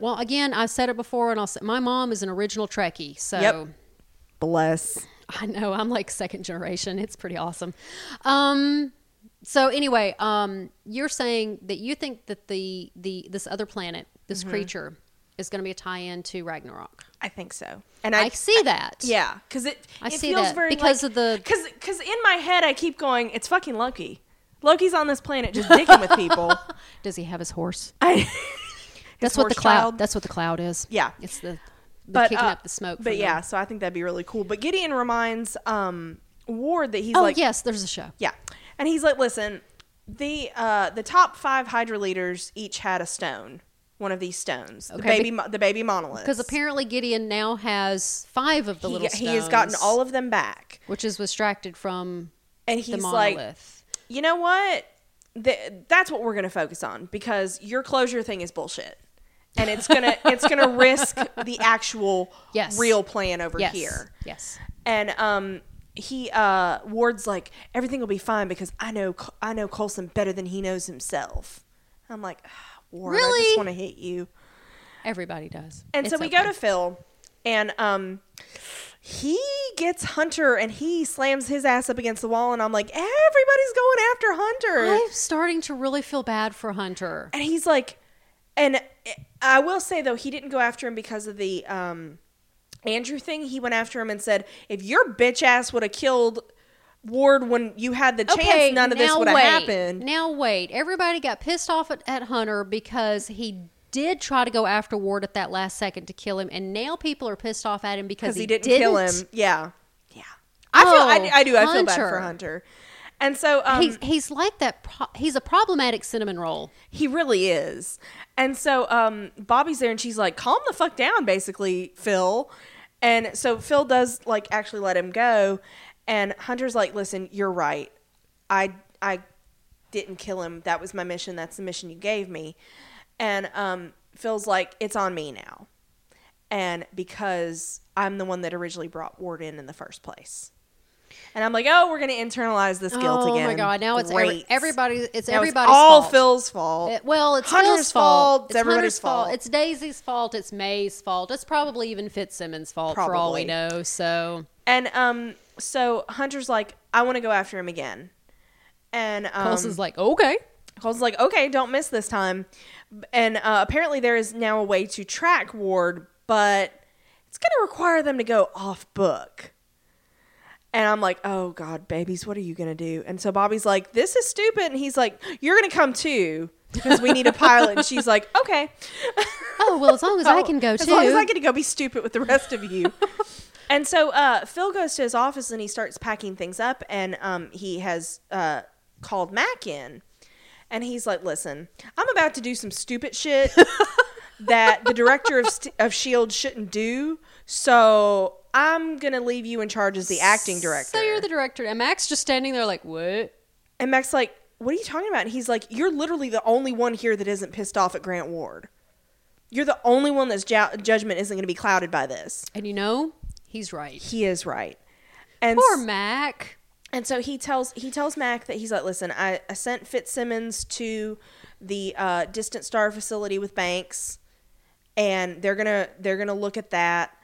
B: Well, again, I've said it before, and I'll say my mom is an original Trekkie, so
A: Yep. Bless.
B: I know I'm like second generation. It's pretty awesome. Um, so anyway, um, you're saying that you think that the the this other planet, this
A: Mm-hmm.
B: creature, is going to be a tie-in to Ragnarok.
A: I think so. And
B: I,
A: I
B: see that.
A: Yeah, because it
B: I
A: it
B: see
A: feels
B: that
A: very
B: because of the-
A: because because in my head I keep going, it's fucking Loki. Loki's on this planet just dicking with people.
B: Does he have his horse?
A: I, his
B: that's what
A: horse
B: the cloud.
A: child.
B: That's what the cloud is.
A: Yeah.
B: It's the, the
A: But,
B: kicking
A: uh,
B: up the smoke.
A: But
B: from the-
A: yeah, so I think that'd be really cool. But Gideon reminds um, Ward that he's
B: oh
A: like,
B: yes, there's a show.
A: yeah, and he's like, listen, the uh, the top five Hydra leaders each had a stone, one of these stones, the
B: Okay,
A: baby
B: be-
A: mo- the baby monolith,
B: Because apparently Gideon now has five of the
A: he,
B: little stones.
A: he has gotten all of them back,
B: which is distracted from
A: and
B: the
A: he's like,
B: monolith.
A: you know what? Th- that's what we're going to focus on because your closure thing is bullshit, and it's gonna it's gonna risk the actual
B: Yes.
A: real plan over
B: yes.
A: here.
B: Yes.
A: And um, he uh, Ward's like everything will be fine because I know Col- I know Colson better than he knows himself. I'm like, "Ah, Ward, I
B: Really?
A: just want to hit you.
B: Everybody does.
A: And so
B: It's
A: we
B: okay.
A: go to Phil, and um, he gets Hunter, and he slams his ass up against the wall, and I'm like, everybody's going after Hunter.
B: I'm starting to really feel bad for Hunter.
A: and he's like and i will say though he didn't go after him because of the um andrew thing he went after him and said if your bitch ass would have killed ward when you had the chance none of this
B: now
A: would have
B: wait.
A: happened
B: Now wait, everybody got pissed off at, at Hunter because he did try to go after Ward at that last second to kill him, and now people are pissed off at him
A: because
B: because he,
A: he didn't, kill him yeah yeah i feel
B: Oh,
A: I, I do i feel bad for
B: Hunter.
A: hunter and so um,
B: He's he's like that. Pro- he's a problematic cinnamon roll.
A: He really is. And so um, Bobby's there and she's like, calm the fuck down, basically, Phil. And so Phil does like actually let him go. And Hunter's like, listen, you're right. I, I didn't kill him. That was my mission. That's the mission you gave me. And um, Phil's like, it's on me now. And because I'm the one that originally brought Ward in in the first place. And I'm like, oh, we're going to internalize this guilt
B: oh
A: again.
B: my god! Now it's every,
A: Great.
B: everybody. It's
A: Now it's
B: everybody's
A: all
B: fault.
A: Phil's fault.
B: It- well, it's
A: Hunter's
B: Phil's fault.
A: fault,
B: It's
A: everybody's
B: Hunter's fault.
A: fault.
B: It's Daisy's fault. It's May's fault. It's probably even Fitzsimmons' fault for all we know. So
A: And um, so Hunter's like, I want to go after him again. And um,
B: Colson's like, okay,
A: Cole's like, okay, don't miss this time. And uh, apparently, there is now a way to track Ward, but it's going to require them to go off book. And I'm like, oh God, babies, what are you going to do? And so Bobby's like, this is stupid. And he's like, you're going to come too because we need a pilot. and she's like, okay.
B: oh well, as long as I can go
A: as
B: too.
A: long as I can go be stupid with the rest of you. and so uh, Phil goes to his office and he starts packing things up, and um, he has uh, called Mac in, and he's like, "Listen, I'm about to do some stupid shit that the director of St- of Shield E shouldn't do, so." I'm gonna leave you in charge as the acting director.
B: So you're the director, and Mac's just standing there like, what?
A: and Mac's like, "What are you talking about?" And he's like, "You're literally the only one here that isn't pissed off at Grant Ward. You're the only one that's ju- judgment isn't going to be clouded by this."
B: And you know, he's right.
A: he is right. And
B: Poor
A: s-
B: Mac.
A: and so he tells he tells Mac that he's like, listen, I, I sent Fitzsimmons to the uh, distant star facility with Banks, and they're gonna they're gonna look at that,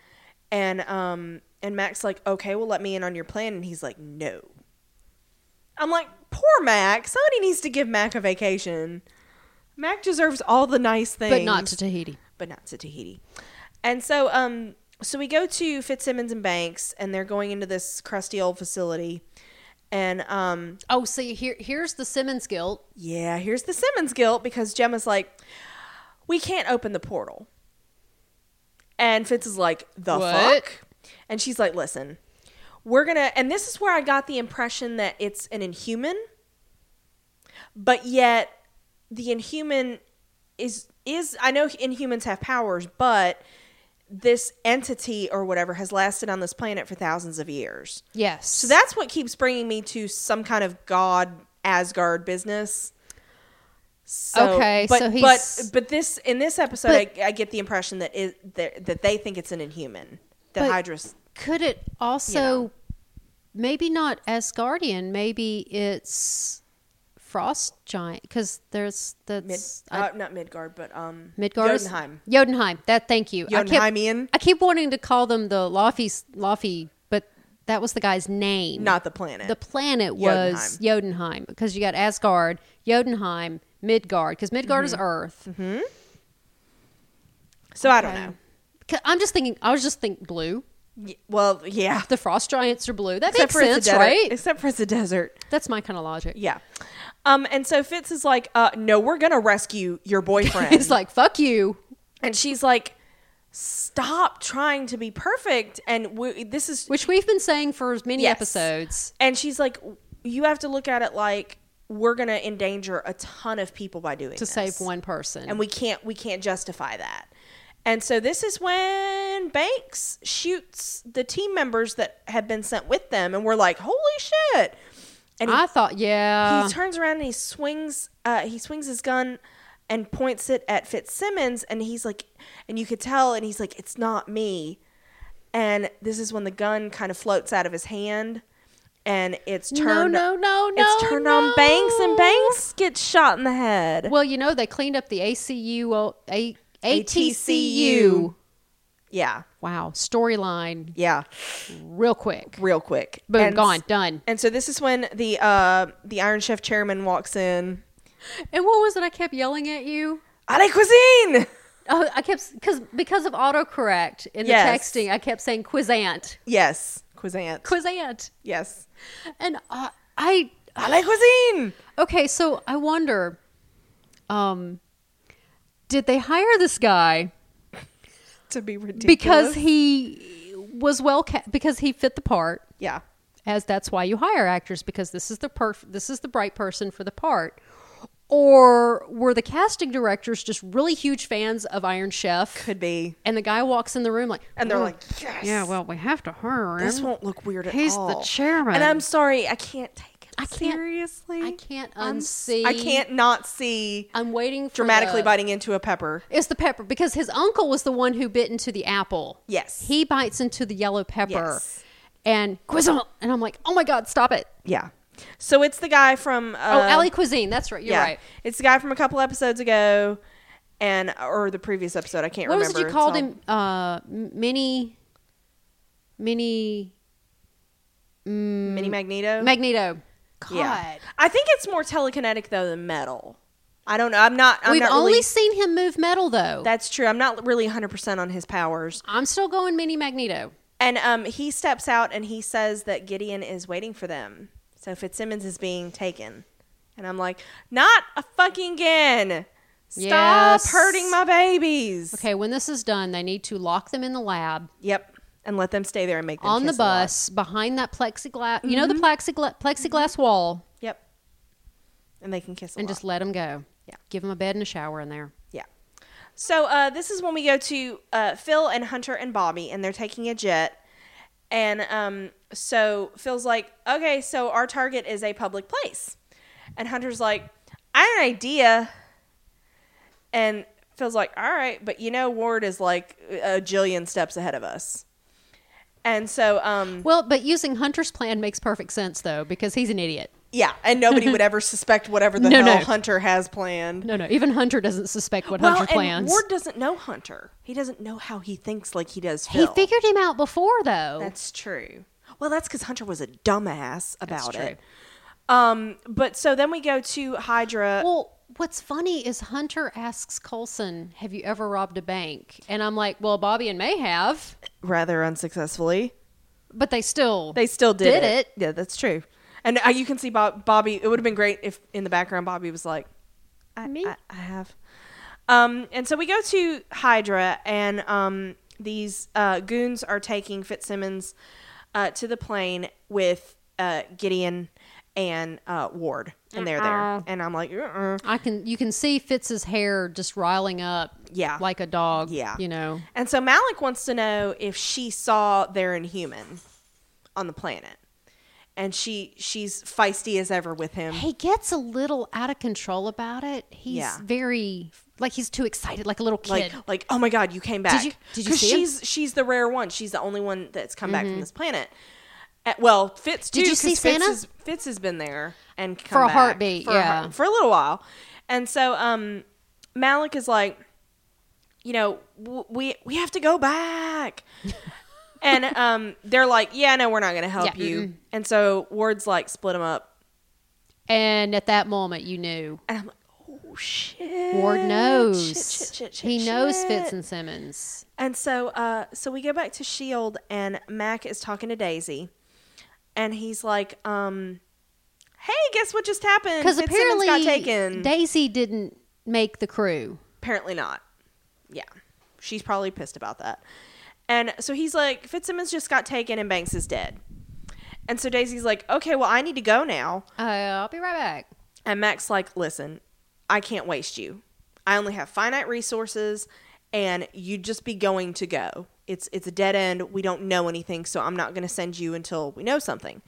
A: and um and Mac's like, okay, well let me in on your plan, and he's like, no. I'm like, poor Mac. Somebody needs to give Mac a vacation. Mac deserves all the nice things,
B: but not to Tahiti.
A: but not to Tahiti. And so, um, so we go to Fitzsimmons and Banks, and they're going into this crusty old facility. And um,
B: Oh, see, here here's the Simmons guilt.
A: yeah, here's the Simmons guilt because Gemma's like, we can't open the portal. And Fitz is like, the
B: What?
A: fuck? And she's like, listen, we're gonna. And this is where I got the impression that it's an inhuman, but yet the inhuman is is I know inhumans have powers, but this entity or whatever has lasted on this planet for thousands of years.
B: Yes.
A: So that's what keeps bringing me to some kind of God Asgard business. So,
B: Okay,
A: but,
B: so
A: but
B: he's-
A: but this in this episode, I, I get the impression that it that, that they think it's an inhuman. The
B: But-
A: Hydra's
B: could it also
A: know.
B: maybe not Asgardian, maybe it's Frost Giant because there's
A: mid,
B: that's I-
A: uh, not Midgard, but um
B: Midgard is-
A: Jotunheim.
B: Jotunheim. That thank you. I kept-
A: Jotunheimian?
B: I keep wanting to call them the Laffy Laffy, but that was the guy's name.
A: not the planet.
B: the planet was Jotunheim because you got Asgard, Jotunheim, Midgard because Midgard
A: Mm-hmm.
B: is Earth.
A: so I don't know.
B: 'Cause I'm just thinking. I was just thinking blue.
A: Y- Well, yeah.
B: The frost giants are blue. That
A: Except
B: makes
A: for it's a
B: sense,
A: desert.
B: right?
A: Except for it's a desert.
B: That's my kind of logic.
A: Yeah. Um, and so Fitz is like, uh, no, we're gonna rescue your boyfriend.
B: It's like fuck you.
A: and she's like, stop trying to be perfect. And we, this is,
B: which we've been saying for many
A: Yes.
B: episodes.
A: and she's like, you have to look at it like we're gonna endanger a ton of people by doing
B: To save one person,
A: and we can't we can't justify that. And so this is when Banks shoots the team members that had been sent with them, and we're like, holy shit! And he
B: I thought, yeah,
A: he turns around and he swings uh, he swings his gun and points it at Fitzsimmons and he's like and you could tell and he's like it's not me and this is when the gun kind of floats out of his hand and it's
B: No,
A: turned
B: no, no,
A: it's
B: no,
A: turned on Banks and
B: no.
A: Banks gets shot in the head
B: well, you know, they cleaned up the ACU, well, A-
A: ATCU.
B: ATCU.
A: yeah
B: Wow, storyline
A: yeah
B: real quick.
A: real quick
B: Boom,
A: and,
B: gone, done.
A: and so this is when the uh the Iron Chef chairman walks in
B: And what was it? I kept yelling at you.
A: "A la cuisine
B: Oh, I kept because because of autocorrect in the
A: Yes.
B: texting, I kept saying quizant,
A: yes cuisant
B: quizant,
A: yes
B: and I, I
A: "A la cuisine
B: okay. So I wonder, um, did they hire this guy?
A: to be ridiculous
B: because he was well ca- because he fit the part
A: yeah
B: as that's why you hire actors because this is the perf- this is the bright person for the part or were the casting directors just really huge fans of Iron Chef
A: could be
B: and the guy walks in the room like
A: and they're
B: "Mm,
A: like yes
B: yeah well we have to hire him
A: this won't look weird at
B: he's the
A: all
B: chairman."
A: and i'm sorry i can't take it
B: I can't-
A: seriously
B: I can't
A: I'm s-
B: unsee
A: i can't not see
B: I'm waiting for
A: dramatically
B: the-
A: biting into a pepper
B: it's the pepper because his uncle was the one who bit into the apple
A: Yes.
B: he bites into the yellow pepper
A: Yes.
B: and quizzle and I'm like oh my god stop it
A: yeah so it's the guy from uh,
B: Oh, Alley Cuisine. That's right. You're
A: yeah
B: right.
A: it's the guy from a couple episodes ago and or the previous episode i can't
B: What was
A: remember
B: it you called
A: It's all-
B: him? Uh, mini, mini mm,
A: mini magneto
B: Magneto. God,
A: yeah i think it's more telekinetic though than metal i don't know i'm not i'm
B: we've
A: not
B: only
A: really,
B: seen him move metal though.
A: that's true i'm not really 100% on his powers
B: I'm still going mini Magneto.
A: And um, he steps out and he says that Gideon is waiting for them. So Fitzsimmons is being taken. And I'm like, not a fucking again. Stop
B: Yes.
A: hurting my babies.
B: Okay, when this is done, they need to lock them in the lab
A: Yep. And let them stay there and make them
B: on the
A: kiss a lot. Mm-hmm.
B: bus behind that plexiglass. You know the plexigla- plexiglass wall,
A: Yep. And they can Mm-hmm. kiss a
B: and
A: lot.
B: just let them go.
A: Yeah.
B: give them a bed and a shower in there.
A: Yeah. So uh, this is when we go to uh, Phil and Hunter and Bobby, and they're taking a jet. And um, so Phil's like, okay, so our target is a public place. And Hunter's like, I have an idea. And Phil's like, all right, but you know, Ward is like a jillion steps ahead of us. And so, um,
B: Well, but using Hunter's plan makes perfect sense though because he's an idiot.
A: yeah, and nobody would ever suspect whatever the
B: No,
A: hell
B: no.
A: Hunter has planned.
B: No, no, even Hunter doesn't suspect what
A: Well,
B: Hunter plans.
A: and Ward doesn't know Hunter. He doesn't know how he thinks like he does
B: He
A: Phil.
B: figured him out before, though.
A: That's true. Well, that's because Hunter was a dumbass about
B: true.
A: it. Um, but so then we go to Hydra.
B: Well, what's funny is Hunter asks Colson, "Have you ever robbed a bank?" And I'm like, "Well, Bobby and May have,
A: rather unsuccessfully.
B: but they still
A: They still did,
B: Did it.
A: Yeah, that's true. And uh, you can see Bob, Bobby. It would have been great if in the background Bobby was like, "I,
B: Me?
A: I, I have." Um, and so we go to Hydra, and um, these uh, goons are taking Fitzsimmons uh, to the plane with uh, Gideon and uh, Ward, and they're there.
B: Uh-uh.
A: And I'm like, uh
B: I can you can see Fitz's hair just riling up,
A: Yeah.
B: like a dog,
A: Yeah.
B: you know.
A: And so Malik wants to know if she saw their inhuman on the planet. And she she's feisty as ever with him.
B: He gets a little out of control about it. He's
A: Yeah.
B: very like he's too excited, like a little kid.
A: Like like oh my god, you came back.
B: you- did you
A: 'Cause
B: see him? Mm-hmm.
A: she's she's the rare one. She's the only one that's come back from this planet. Uh, well, Fitz too.
B: Did you see
A: 'cause Fitz
B: Santa?
A: has, Fitz has been there and come
B: a
A: back
B: heartbeat,
A: for
B: yeah.
A: heart- for a little while. And so um Malik is like you know, w- we we have to go back. and um, they're like, yeah, no, we're not going to help
B: Yeah,
A: you. And so Ward's like, split them up.
B: and at that moment, you knew
A: And I'm like, oh shit.
B: Ward knows.
A: Shit, shit, shit, shit,
B: he knows
A: shit.
B: Fitz and Simmons.
A: And so, uh, so we go back to Shield, E and Mac is talking to Daisy, and he's like, um, "Hey, guess what just happened?
B: Because
A: Fitzsimmons
B: apparently,
A: got taken.
B: Daisy didn't make the crew.
A: Apparently not. Yeah. She's probably pissed about that. And so he's like, Fitzsimmons just got taken and Banks is dead. And so Daisy's like, okay, well, I need to go now.
B: Uh, I'll be right back.
A: And Mac's like, listen, I can't waste you. I only have finite resources and you'd just be going to go. It's it's a dead end. We don't know anything, so I'm not gonna send you until we know something.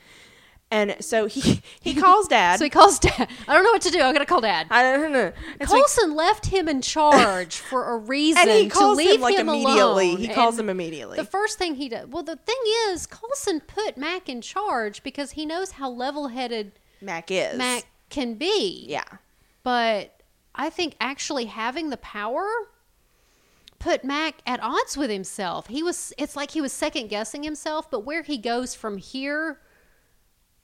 A: And so he he calls dad.
B: So he calls dad. I don't know what to do. I'm gonna call dad.
A: I don't know. And so he-
B: Colson left him in charge for a reason
A: and he calls
B: to leave
A: him like immediately.
B: alone.
A: He calls
B: And
A: him immediately.
B: The first thing he does. Well, the thing is, Colson put Mac in charge because he knows how level-headed
A: Mac is.
B: Mac can be.
A: Yeah.
B: But I think actually having the power put Mac at odds with himself. He was it's like he was second guessing himself, but where he goes from here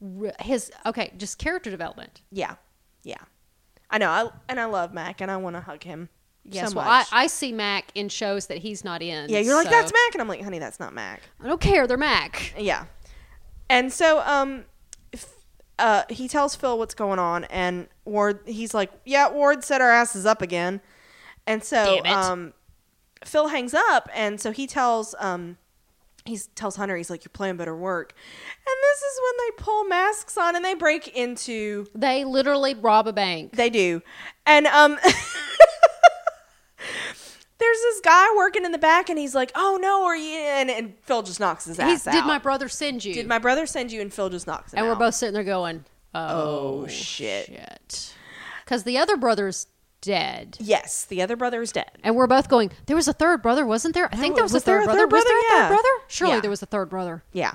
B: re- his okay, just character development.
A: Yeah. Yeah. I know. I and I love Mac and I want to hug him.
B: Yes,
A: so
B: well, I,
A: much.
B: I see Mac in shows that he's not in.
A: yeah, you're like
B: so-
A: that's Mac and I'm like, "Honey, that's not Mac."
B: I don't care. They're Mac.
A: Yeah. And so um if, uh he tells Phil what's going on and Ward he's like, "Yeah, Ward set our asses up again." And so
B: Damn it.
A: um Phil hangs up and so he tells um he tells Hunter he's like, "Your plan better work." And this is when they pull masks on and they break into
B: They literally rob a bank.
A: They do. And um there's this guy working in the back and he's like, "Oh no, are you?" And, and Phil just knocks his ass
B: He's,
A: out.
B: did my brother send you?
A: Did my brother send you? And Phil just knocks him
B: and we're
A: out.
B: both sitting there going, "Oh,
A: Oh, shit.
B: shit," because the other brother's dead.
A: Yes, the other brother is dead.
B: And we're both going, there was a third brother, wasn't there? I think there was, a third brother. was there a
A: Yeah.
B: third brother? Surely
A: Yeah.
B: there was a third brother.
A: Yeah.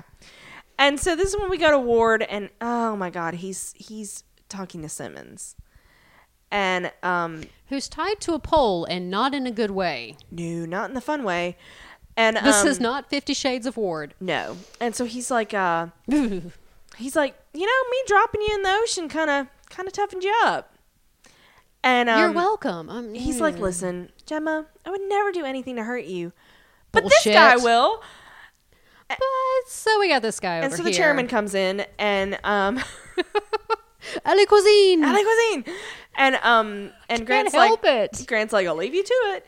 A: And so this is when we go to Ward and oh my god, he's he's talking to Simmons. And um
B: Who's tied to a pole and not in a good way.
A: no, not in the fun way. And
B: This
A: um,
B: is not Fifty Shades of Ward.
A: no. And so he's like uh he's like, you know, me dropping you in the ocean kind of kind of toughened you up. And um,
B: You're welcome. I'm,
A: He's
B: mm.
A: like, listen, Gemma, I would never do anything to hurt you, but this
B: Bullshit.
A: guy will.
B: but so we got this guy over
A: And so the
B: here.
A: chairman comes in and um,
B: Ali Cuisine.
A: Allez, cuisine, and um, and Grant's
B: help
A: like,
B: it.
A: Grant's like, I'll leave you to it,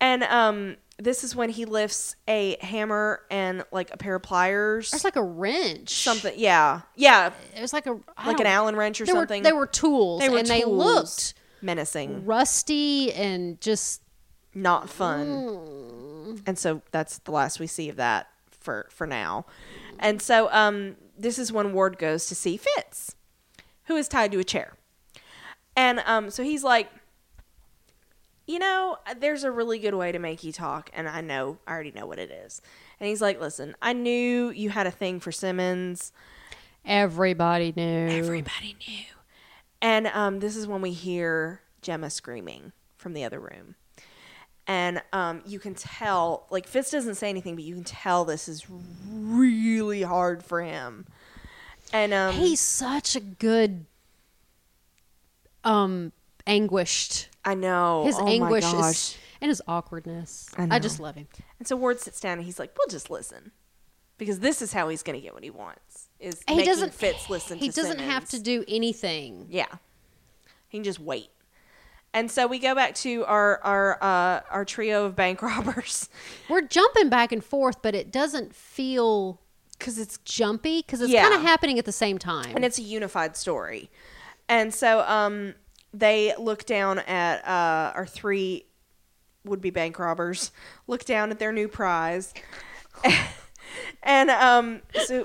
A: and um, this is when he lifts a hammer and like a pair of pliers,
B: There's like a wrench.
A: something. Yeah, yeah,
B: It was like a I
A: like an
B: don't-
A: Allen wrench or
B: They were,
A: something.
B: they were tools.
A: They were
B: and they
A: tools.
B: looked
A: menacing.
B: rusty and just
A: not fun. And so that's the last we see of that for for now. And so um this is when Ward goes to see Fitz, who is tied to a chair. And um so he's like you know, there's a really good way to make you talk and I know I already know what it is. And he's like, "Listen, I knew you had a thing for Simmons.
B: everybody knew.
A: Everybody knew. And um, this is when we hear Gemma screaming from the other room. And um, you can tell, like, Fitz doesn't say anything, but you can tell this is really hard for him. And um,
B: He's such a good um anguished.
A: I know.
B: His
A: Oh my
B: anguish
A: gosh.
B: is and his awkwardness.
A: I
B: I,
A: know.
B: just love him.
A: And so Ward sits down and he's like, "We'll just listen," because this is how he's going to get what he wants. Is
B: And
A: making
B: he doesn't
A: Fitz listen.
B: He
A: to
B: doesn't have
A: Simmons.
B: to do anything.
A: Yeah, he can just wait. And so we go back to our our uh, our trio of bank robbers
B: We're jumping back and forth, but it doesn't feel
A: because it's
B: jumpy because it's
A: Yeah.
B: kind of happening at the same time.
A: and it's a unified story. And so um, they look down at uh, our three would be bank robbers look down at their new prize, and um, so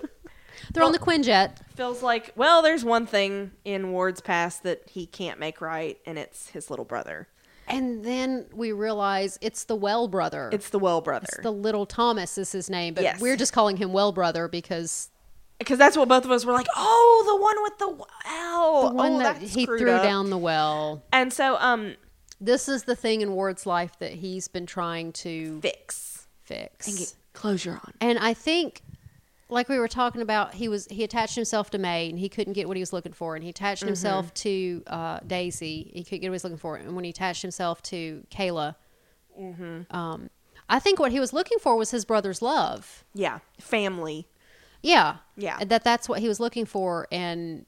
B: They're on the Quinjet.
A: feels like, well, there's one thing in Ward's past that he can't make right, and it's his little brother.
B: And then we realize it's the Well brother.
A: It's the Well brother.
B: It's the little Thomas is his name, but
A: Yes.
B: we're just calling him Well brother because
A: Because that's what both of us were like, oh, the one with the ow.
B: the one
A: oh,
B: that
A: that's
B: he
A: screwed
B: threw
A: up.
B: down the well.
A: And so, um,
B: This is the thing in Ward's life that he's been trying to
A: fix.
B: fix.
A: closure on.
B: And I think, like we were talking about, he was he attached himself to May and he couldn't get what he was looking for, and he
A: Mm-hmm.
B: attached himself to uh, Daisy. He couldn't get what he was looking for, and when he attached himself to Kayla,
A: Mm-hmm.
B: um, I think what he was looking for was his brother's love.
A: Yeah, family.
B: Yeah,
A: Yeah.
B: And That that's what he was looking for, and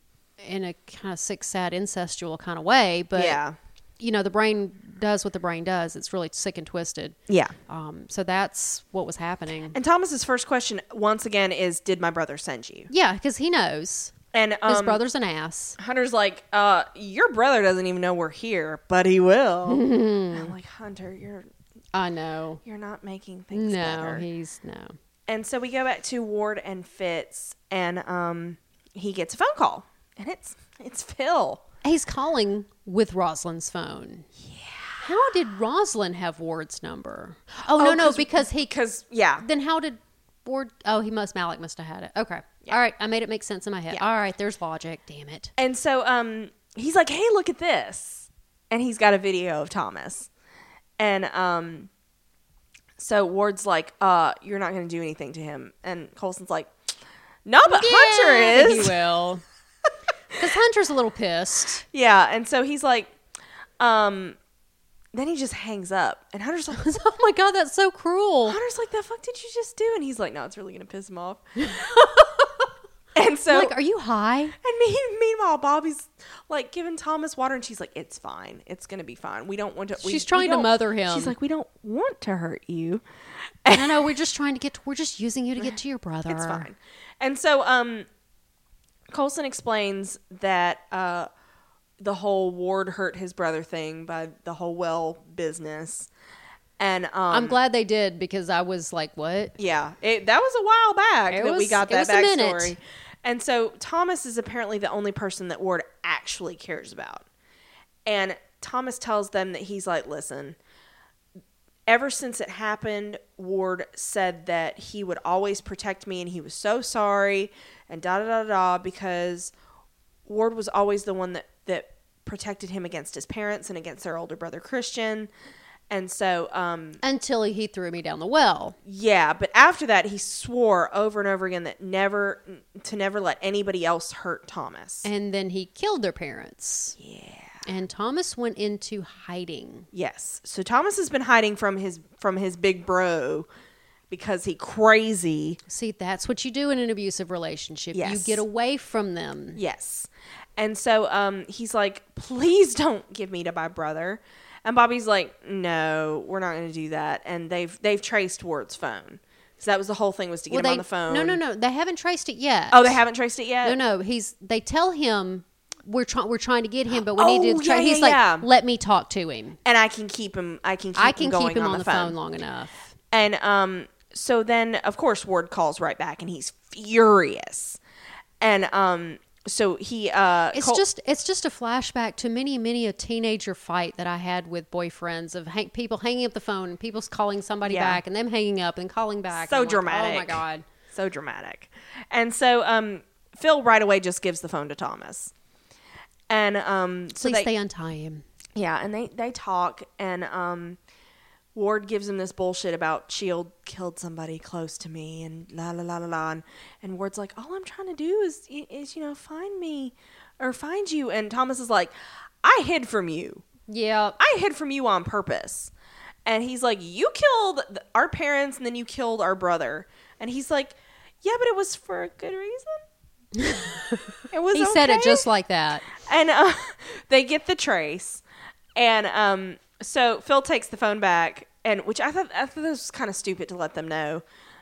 B: in a kind of sick, sad, incestual kind of way. But
A: Yeah.
B: you know, the brain does what the brain does. It's really sick and twisted.
A: Yeah.
B: Um, so that's what was happening.
A: And Thomas's first question, once again, is, "Did my brother send you?"
B: yeah, because he knows.
A: And um,
B: His brother's an ass.
A: Hunter's like, uh, "Your brother doesn't even know we're here, but he will." I'm like, Hunter, you're
B: I know.
A: you're not making
B: No,
A: things better.
B: he's no.
A: And so we go back to Ward and Fitz, and um, he gets a phone call, and it's it's Phil.
B: He's calling with Rosalind's phone. Yeah. How did Rosalind have Ward's number? Oh,
A: Oh,
B: no, no,
A: 'cause-
B: because he.
A: Because yeah,
B: Then how did Ward? Oh, he must. Malik must have had it. Okay. All right. I made it make sense in my head.
A: Yeah.
B: All right. There's logic. Damn it.
A: and so um, he's like, "Hey, look at this," and he's got a video of Thomas, and um, so Ward's like, "Uh, you're not going to do anything to him," and Colson's like, "No, but Hunter
B: Yeah,
A: is."
B: He will. Because Hunter's a little pissed.
A: Yeah, and so he's like, um, then he just hangs up, and Hunter's like,
B: oh my God, that's so cruel.
A: Hunter's like, "The fuck did you just do?" And he's like, "No, it's really gonna piss him off." and so,
B: Like, are you high?
A: and me, meanwhile, Bobby's like giving Thomas water, and she's like, "It's fine. It's gonna be fine. We don't want to." we-
B: She's
A: we
B: trying to
A: don't-"
B: mother him.
A: She's like, "We don't want to hurt you.
B: no, no, we're just trying to get. To, we're just using you to get to your brother.
A: It's fine." And so, um, Colson explains that uh, the whole Ward hurt his brother thing by the whole well business, and um,
B: I'm glad they did because I was like, what?
A: Yeah, it, that was a while back
B: It
A: that we
B: was-
A: got
B: it
A: that
B: was a minute.
A: backstory. And so Thomas is apparently the only person that Ward actually cares about. And Thomas tells them that he's like, listen, ever since it happened, Ward said that he would always protect me and he was so sorry and da da da da because Ward was always the one that, that protected him against his parents and against their older brother Christian. And so, um,
B: Until he threw me down the well.
A: yeah, but after that, he swore over and over again that never to never let anybody else hurt Thomas.
B: And then he killed their parents.
A: Yeah.
B: And Thomas went into hiding.
A: Yes. So Thomas has been hiding from his from his big bro because he crazy.
B: See, that's what you do in an abusive relationship. You
A: Yes.
B: get away from them.
A: Yes. And so um, he's like, please don't give me to my brother. And Bobby's like, no, we're not going to do that. And they've they've traced Ward's phone. So that was the whole thing was to get him
B: they,
A: on the phone.
B: No, no, no. They haven't traced it yet.
A: Oh, they haven't traced it yet.
B: No, no. He's. They tell him we're trying. We're trying to get him, but we need
A: Oh,
B: to. Tra-
A: yeah,
B: he's
A: yeah,
B: like,
A: yeah.
B: let me talk to him.
A: And I can keep him. I can. Keep
B: I can
A: him going
B: keep him
A: on, the phone.
B: long enough.
A: And um, so then, of course, Ward calls right back, and he's furious. And um, so he uh,
B: It's
A: Col-
B: just it's just a flashback to many many a teenager fight that I had with boyfriends of hang- people hanging up the phone and people calling somebody
A: Yeah.
B: back and them hanging up and calling back.
A: So
B: And I'm like,
A: dramatic.
B: oh my god.
A: so dramatic. And so um, Phil right away just gives the phone to Thomas. And um, so
B: Please
A: they,
B: they untie him.
A: yeah, and they they talk, and um, Ward gives him this bullshit about Shield killed somebody close to me, and la la la la la, and, and Ward's like, all I'm trying to do is is you know find me or find you, and Thomas is like, I hid from you.
B: Yeah.
A: I hid from you on purpose. And he's like, You killed th- our parents and then you killed our brother. And he's like, Yeah, but it was for a good reason. it was
B: He said it
A: okay."
B: just like that.
A: And uh, they get the trace. And um, so Phil takes the phone back, and which I thought, I thought this was kind of stupid to let them know.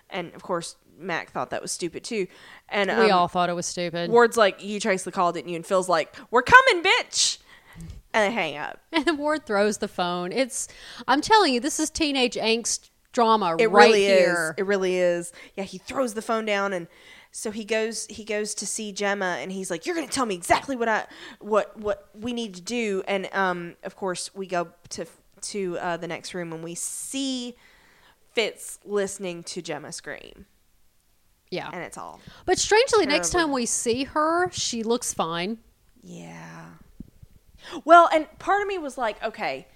A: And of course, Mac thought that was stupid too. And um,
B: we all thought it was stupid.
A: Ward's like, You traced the call, didn't you? And Phil's like, We're coming, bitch. And they hang up.
B: And Ward throws the phone. It's I'm telling you, this is teenage angst drama
A: It
B: right
A: really
B: here.
A: is. It really is. Yeah, he throws the phone down and so he goes he goes to see Gemma and he's like, You're gonna tell me exactly what I what what we need to do and um of course we go to to uh, the next room and we see Fitz listening to Gemma scream
B: Yeah.
A: and it's all
B: But strangely, next
A: Terrible.
B: time we see her, she looks fine.
A: Yeah. Well, and part of me was like, okay,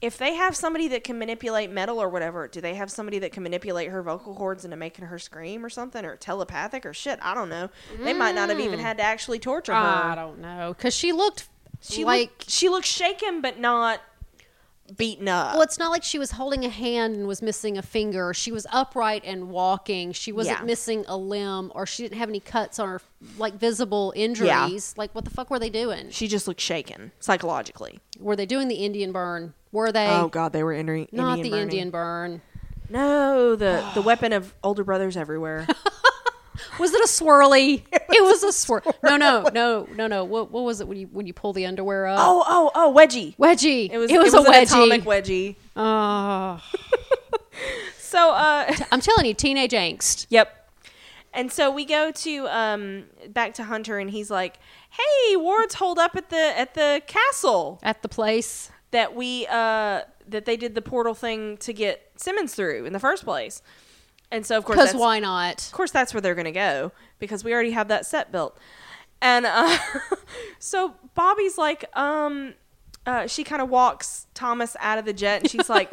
A: if they have somebody that can manipulate metal or whatever, do they have somebody that can manipulate her vocal cords into making her scream or something or telepathic or shit? I don't know. They might not have
B: Mm.
A: even had to actually torture her.
B: I don't know. Because she looked
A: she
B: Uh, like.
A: looked, she looked shaken but not beaten up.
B: well, it's not like she was holding a hand and was missing a finger. She was upright and walking. She wasn't
A: Yeah.
B: missing a limb or she didn't have any cuts on her, like visible injuries. Like, what the fuck were they doing?
A: she just looked shaken psychologically.
B: Were they doing the Indian burn? Were they?
A: Oh God, they were entering
B: not
A: Indian
B: the
A: burning.
B: Indian burn.
A: No, the the weapon of older brothers everywhere.
B: Was it a swirly? It was, a swirl. No, no, no, no, no. What, what was it when you when you pull the underwear up?
A: oh, oh, oh, wedgie.
B: wedgie.
A: It was
B: a
A: an
B: wedgie.
A: atomic wedgie.
B: oh,
A: So uh
B: I'm telling you, teenage angst.
A: Yep. And so we go to um back to Hunter and he's like, "Hey, Ward's holed up at the at the castle
B: At the place,
A: that we uh that they did the portal thing to get Simmons through in the first place." And so of course
B: because
A: that's,
B: why not?
A: of course that's where they're going to go because we already have that set built. And uh so Bobby's like, um uh, she kind of walks Thomas out of the jet and she's like,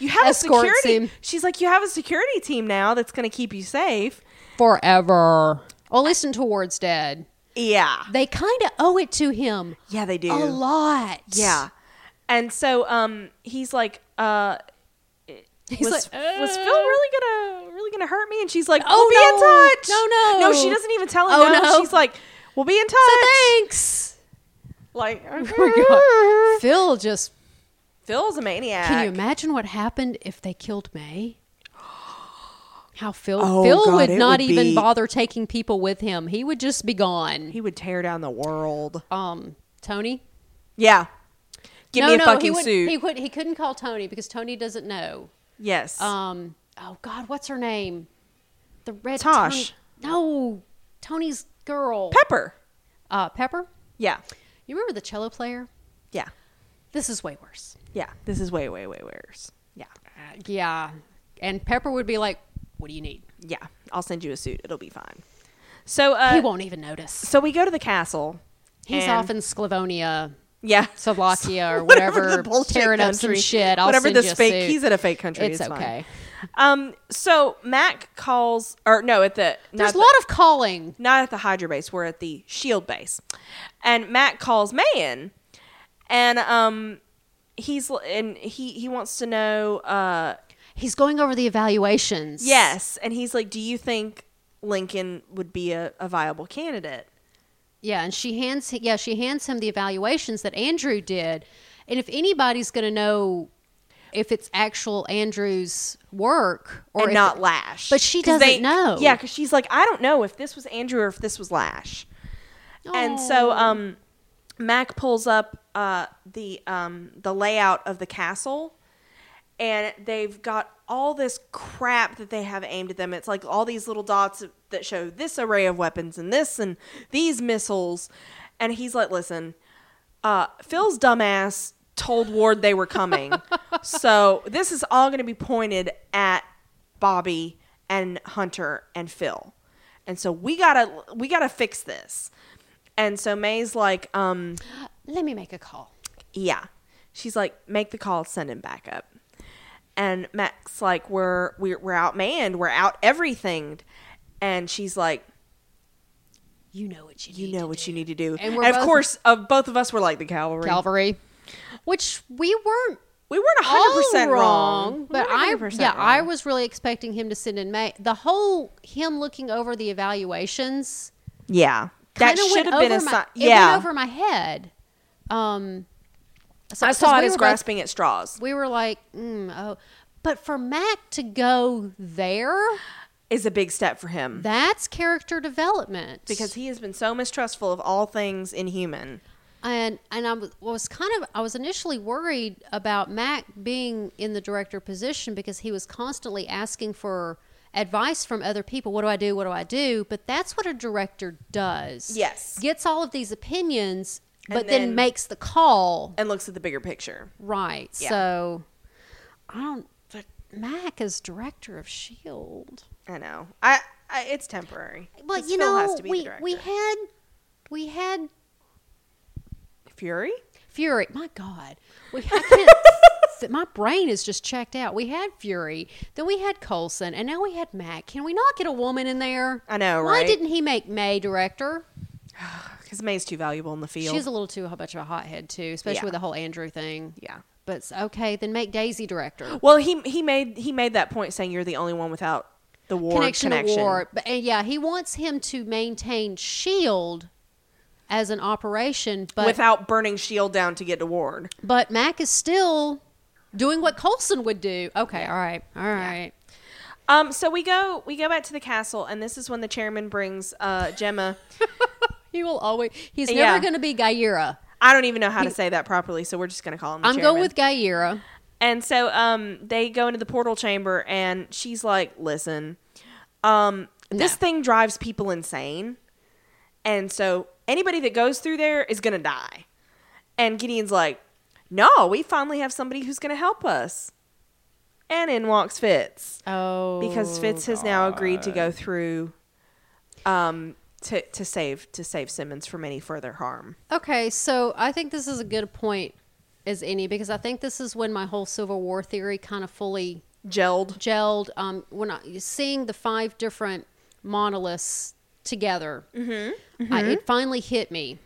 A: You have
B: Escorts
A: a security.
B: him.
A: She's like, You have a security team now that's going to keep you safe.
B: Forever. Well, listen towards dead.
A: Yeah.
B: They kind of owe it to him
A: Yeah, they do.
B: a lot.
A: Yeah. And so um he's like uh
B: He's
A: was,
B: like, uh,
A: was Phil really gonna really gonna hurt me? And she's like, "We'll
B: Oh,
A: be
B: no.
A: in touch."
B: No, no.
A: no. she doesn't even tell him.
B: Oh,
A: no.
B: no.
A: she's like, "We'll be in touch."
B: Thanks.
A: Like,
B: Oh my God. Phil just.
A: Phil's a maniac.
B: Can you imagine what happened if they killed May? How Phil
A: Oh,
B: Phil
A: God,
B: would
A: it
B: not
A: would
B: even
A: be-
B: bother taking people with him. He would just be gone.
A: He would tear down the world.
B: Um, Tony.
A: Yeah. Give me a
B: he
A: fucking
B: wouldn't-
A: suit.
B: He would. He couldn't call Tony because Tony doesn't know.
A: yes.
B: Um. Oh God, what's her name? The red
A: Tosh.
B: Tony- no, Tony's girl.
A: Pepper.
B: uh, Pepper.
A: Yeah.
B: You remember the cello player?
A: Yeah.
B: This is way worse.
A: Yeah. This is way way way worse. Yeah.
B: Uh, yeah, and Pepper would be like, "What do you need?"
A: Yeah. I'll send you a suit. It'll be fine. So uh
B: he won't even notice.
A: so we go to the castle.
B: He's
A: and-
B: off in Sclavonia.
A: Yeah.
B: Slovakia or whatever,
A: the bullshit
B: tearing up some
A: country-
B: shit. I'll
A: whatever
B: send
A: this
B: you a
A: fake,
B: suit.
A: he's in a fake country.
B: It's
A: It's, fine.
B: okay.
A: Um, so Mac calls, or no, at the
B: There's
A: not,
B: a
A: the-
B: lot of calling.
A: not at the Hydra base. We're at the Shield E base, and Mac calls Mayan, and um, he's l- and he he wants to know, uh,
B: He's going over the evaluations.
A: yes, and he's like, do you think Lincoln would be a, a viable candidate?
B: Yeah, and she hands yeah, she hands him the evaluations that Andrew did. And if anybody's going to know if it's actual Andrew's work or
A: Or
B: if
A: not
B: it-
A: Lash,
B: but she
A: 'Cause
B: doesn't know.
A: Yeah, because she's like, I don't know if this was Andrew or if this was Lash. And so um Mac pulls up uh the um the layout of the castle and they've got all this crap that they have aimed at them. It's like all these little dots that show this array of weapons and this and these missiles. And he's like, "Listen, uh Phil's dumbass told Ward they were coming. so this is all going to be pointed at Bobby and Hunter and Phil. And so we got to we got to fix this. And so May's like, um
B: let me make a call.
A: yeah. She's like, make the call, send him back up. And Mac's like, we're we're, we're outmanned, we're out everythinged. And she's like,
B: you know what you
A: You
B: need
A: know
B: to
A: what
B: do.
A: you need to do.
B: And
A: And,
B: we're
A: of
B: both-
A: course, uh, both of us were like the cavalry.
B: Calvary, which we weren't
A: we weren't
B: all
A: 100% wrong. We
B: Oh, but
A: weren't
B: I
A: 100%
B: yeah, I
A: wrong.
B: was really expecting him to send in May. The whole him looking over the evaluations
A: Yeah. That
B: kind of
A: should
B: went
A: have been
B: over
A: a
B: my
A: sign.
B: it went
A: Yeah.
B: over my head. Um, so,
A: I
B: 'cause
A: saw it
B: we
A: as
B: were both
A: grasping at straws.
B: we were like, mm, oh, but for Mac to go there,
A: Is a big step for him.
B: that's character development
A: because he has been so mistrustful of all things inhuman.
B: and and I was, was kind of I was initially worried about Mac being in the director position because he was constantly asking for advice from other people. What do I do? What do I do? But that's what a director does.
A: Yes.
B: gets all of these opinions,
A: And
B: but then,
A: then-
B: makes the call.
A: And looks at the bigger picture.
B: Right.
A: Yeah.
B: So I don't. But Mac is director of Shield.
A: I know. I, I it's temporary.
B: Well,
A: 'Cause
B: you
A: Phil
B: know,
A: has to be the
B: we we
A: director.
B: had we had
A: Fury.
B: Fury. My God, we I can't. th- my brain is just checked out. We had Fury, then we had Colson, and now we had Mac. Can we not get a woman in there?
A: I know,
B: Why
A: right?
B: didn't he make May director?
A: Because May's too valuable in the field.
B: She's a little too much of a hothead too, especially
A: Yeah.
B: with the whole Andrew thing.
A: yeah.
B: But it's okay, then make Daisy director.
A: Well, he he made he made that point saying you're the only one without the war
B: Connection,
A: connection.
B: to war, but and yeah, he wants him to maintain Shield E as an operation, but
A: without burning Shield E down to get to Ward.
B: But Mac is still doing what Colson would do. Okay, all right, all right.
A: Um, so we go we go back to the castle, and this is when the chairman brings uh, Gemma.
B: He will always. He's
A: Yeah.
B: never going to be Gaira.
A: I don't even know how to say that properly, so we're just gonna call him. The
B: I'm
A: chairman.
B: going with Gaira.
A: And so um, they go into the portal chamber, and she's like, "Listen, um, this
B: No.
A: thing drives people insane, and so anybody that goes through there is gonna die." And Gideon's like, "No, we finally have somebody who's gonna help us." And in walks Fitz
B: Oh,
A: because Fitz has now agreed to go through, um, to to save to save Simmons from any further harm.
B: Okay, so I think this is a good point as any because I think this is when my whole Civil War theory kind of fully
A: Gelled,
B: gelled. Um, when I seeing the five different monoliths together,
A: Mm-hmm.
B: I, it finally hit me.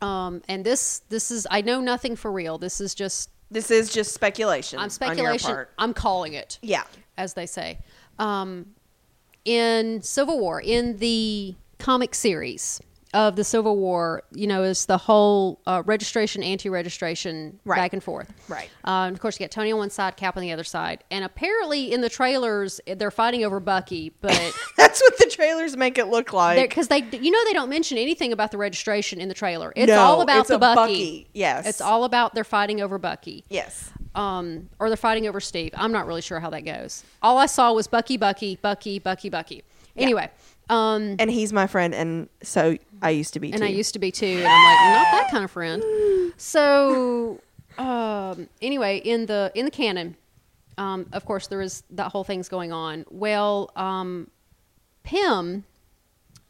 B: Um, and this this is I know nothing for real. This is just
A: this is just speculation.
B: I'm
A: On your
B: speculation.
A: part.
B: I'm calling it,
A: Yeah.
B: as they say. Um, in Civil War, in the comic series of the Civil War, you know, is the whole uh, registration, anti-registration,
A: Right.
B: back and forth.
A: Right.
B: Uh, and of course, you got Tony on one side, Cap on the other side, and apparently in the trailers they're fighting over Bucky, but
A: That's what the trailers make it look like.
B: because they, you know, they don't mention anything about the registration in the trailer. It's
A: No,
B: all about
A: it's
B: the
A: a
B: Bucky.
A: Bucky, yes.
B: it's all about they're fighting over Bucky
A: Yes.
B: um, or they're fighting over Steve. I'm not really sure how that goes. All I saw was Bucky, Bucky, Bucky, Bucky, Bucky. Anyway, um,
A: And he's my friend, and so I used to be.
B: and
A: too.
B: I used to be too, and I'm like, not that kind of friend. So, um, anyway, in the in the canon, um, of course, there is that whole thing's going on. Well, um, Pym,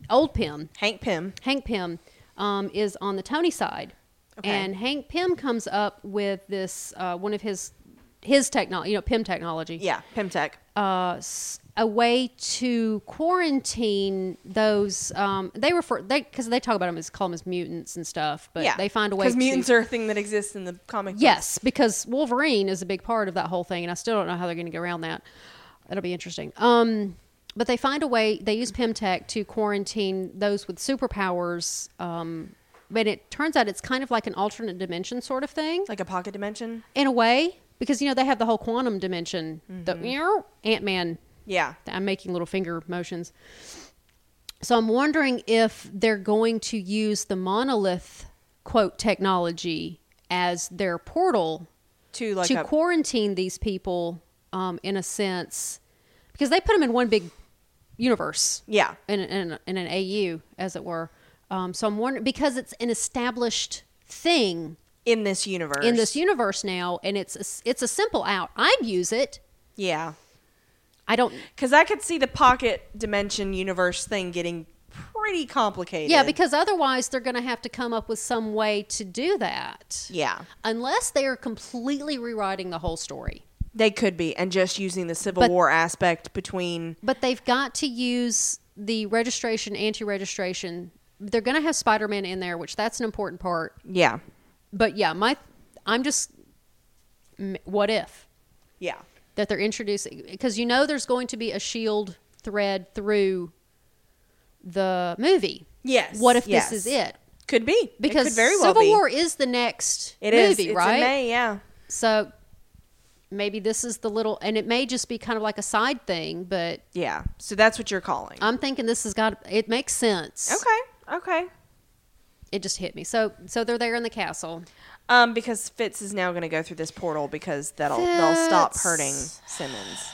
B: old Pym,
A: Hank Pym.
B: Hank Pym um, is on the Tony side,
A: Okay.
B: and Hank Pym comes up with this uh, one of his his technology, you know, Pym technology.
A: Yeah, Pym Tech.
B: Uh, s- a way to quarantine those. Um, they refer they because they talk about them as call them as mutants and stuff, but
A: yeah,
B: they find a way
A: because
B: to
A: mutants are a thing that exists in the comic. books.
B: Yes, because Wolverine is a big part of that whole thing, and I still don't know how they're going to get around that. That'll be interesting. Um, but they find a way. They use Pimtech to quarantine those with superpowers. Um, but it turns out it's kind of like an alternate dimension sort of thing,
A: like a pocket dimension.
B: in a way, because you know they have the whole quantum dimension.
A: Mm-hmm.
B: The Ant Man.
A: Yeah,
B: I'm making little finger motions. So I'm wondering if they're going to use the monolith quote technology as their portal
A: to like
B: to
A: a
B: quarantine these people um, in a sense because they put them in one big universe
A: yeah,
B: in, in, in an AU as it were um, so I'm wondering because it's an established thing
A: in this universe.
B: in this universe now and it's a, s- it's a simple out I'd use it
A: yeah,
B: I don't
A: because I could see the pocket dimension universe thing getting pretty complicated.
B: yeah because otherwise they're going to have to come up with some way to do that
A: yeah,
B: unless they are completely rewriting the whole story
A: they could be, and just using the Civil
B: But-
A: War aspect between
B: but they've got to use the registration, anti-registration, they're going to have Spider-Man in there, which that's an important part.
A: Yeah.
B: But yeah, my I'm just m- what if
A: Yeah.
B: that they're introducing because you know there's going to be a shield thread through the movie.
A: Yes.
B: What if
A: yes.
B: this is it?
A: Could be. It
B: Because
A: could very well
B: Civil
A: be.
B: War is the next
A: It is.
B: movie,
A: It's in
B: right?
A: May, yeah.
B: So maybe this is the little, and it may just be kind of like a side thing, but
A: Yeah. So that's what you're calling.
B: I'm thinking this has got. It makes sense.
A: okay. Okay.
B: It just hit me. So so they're there in the castle.
A: Um, because Fitz is now going to go through this portal because that'll they'll stop
B: Fitz.
A: hurting Simmons.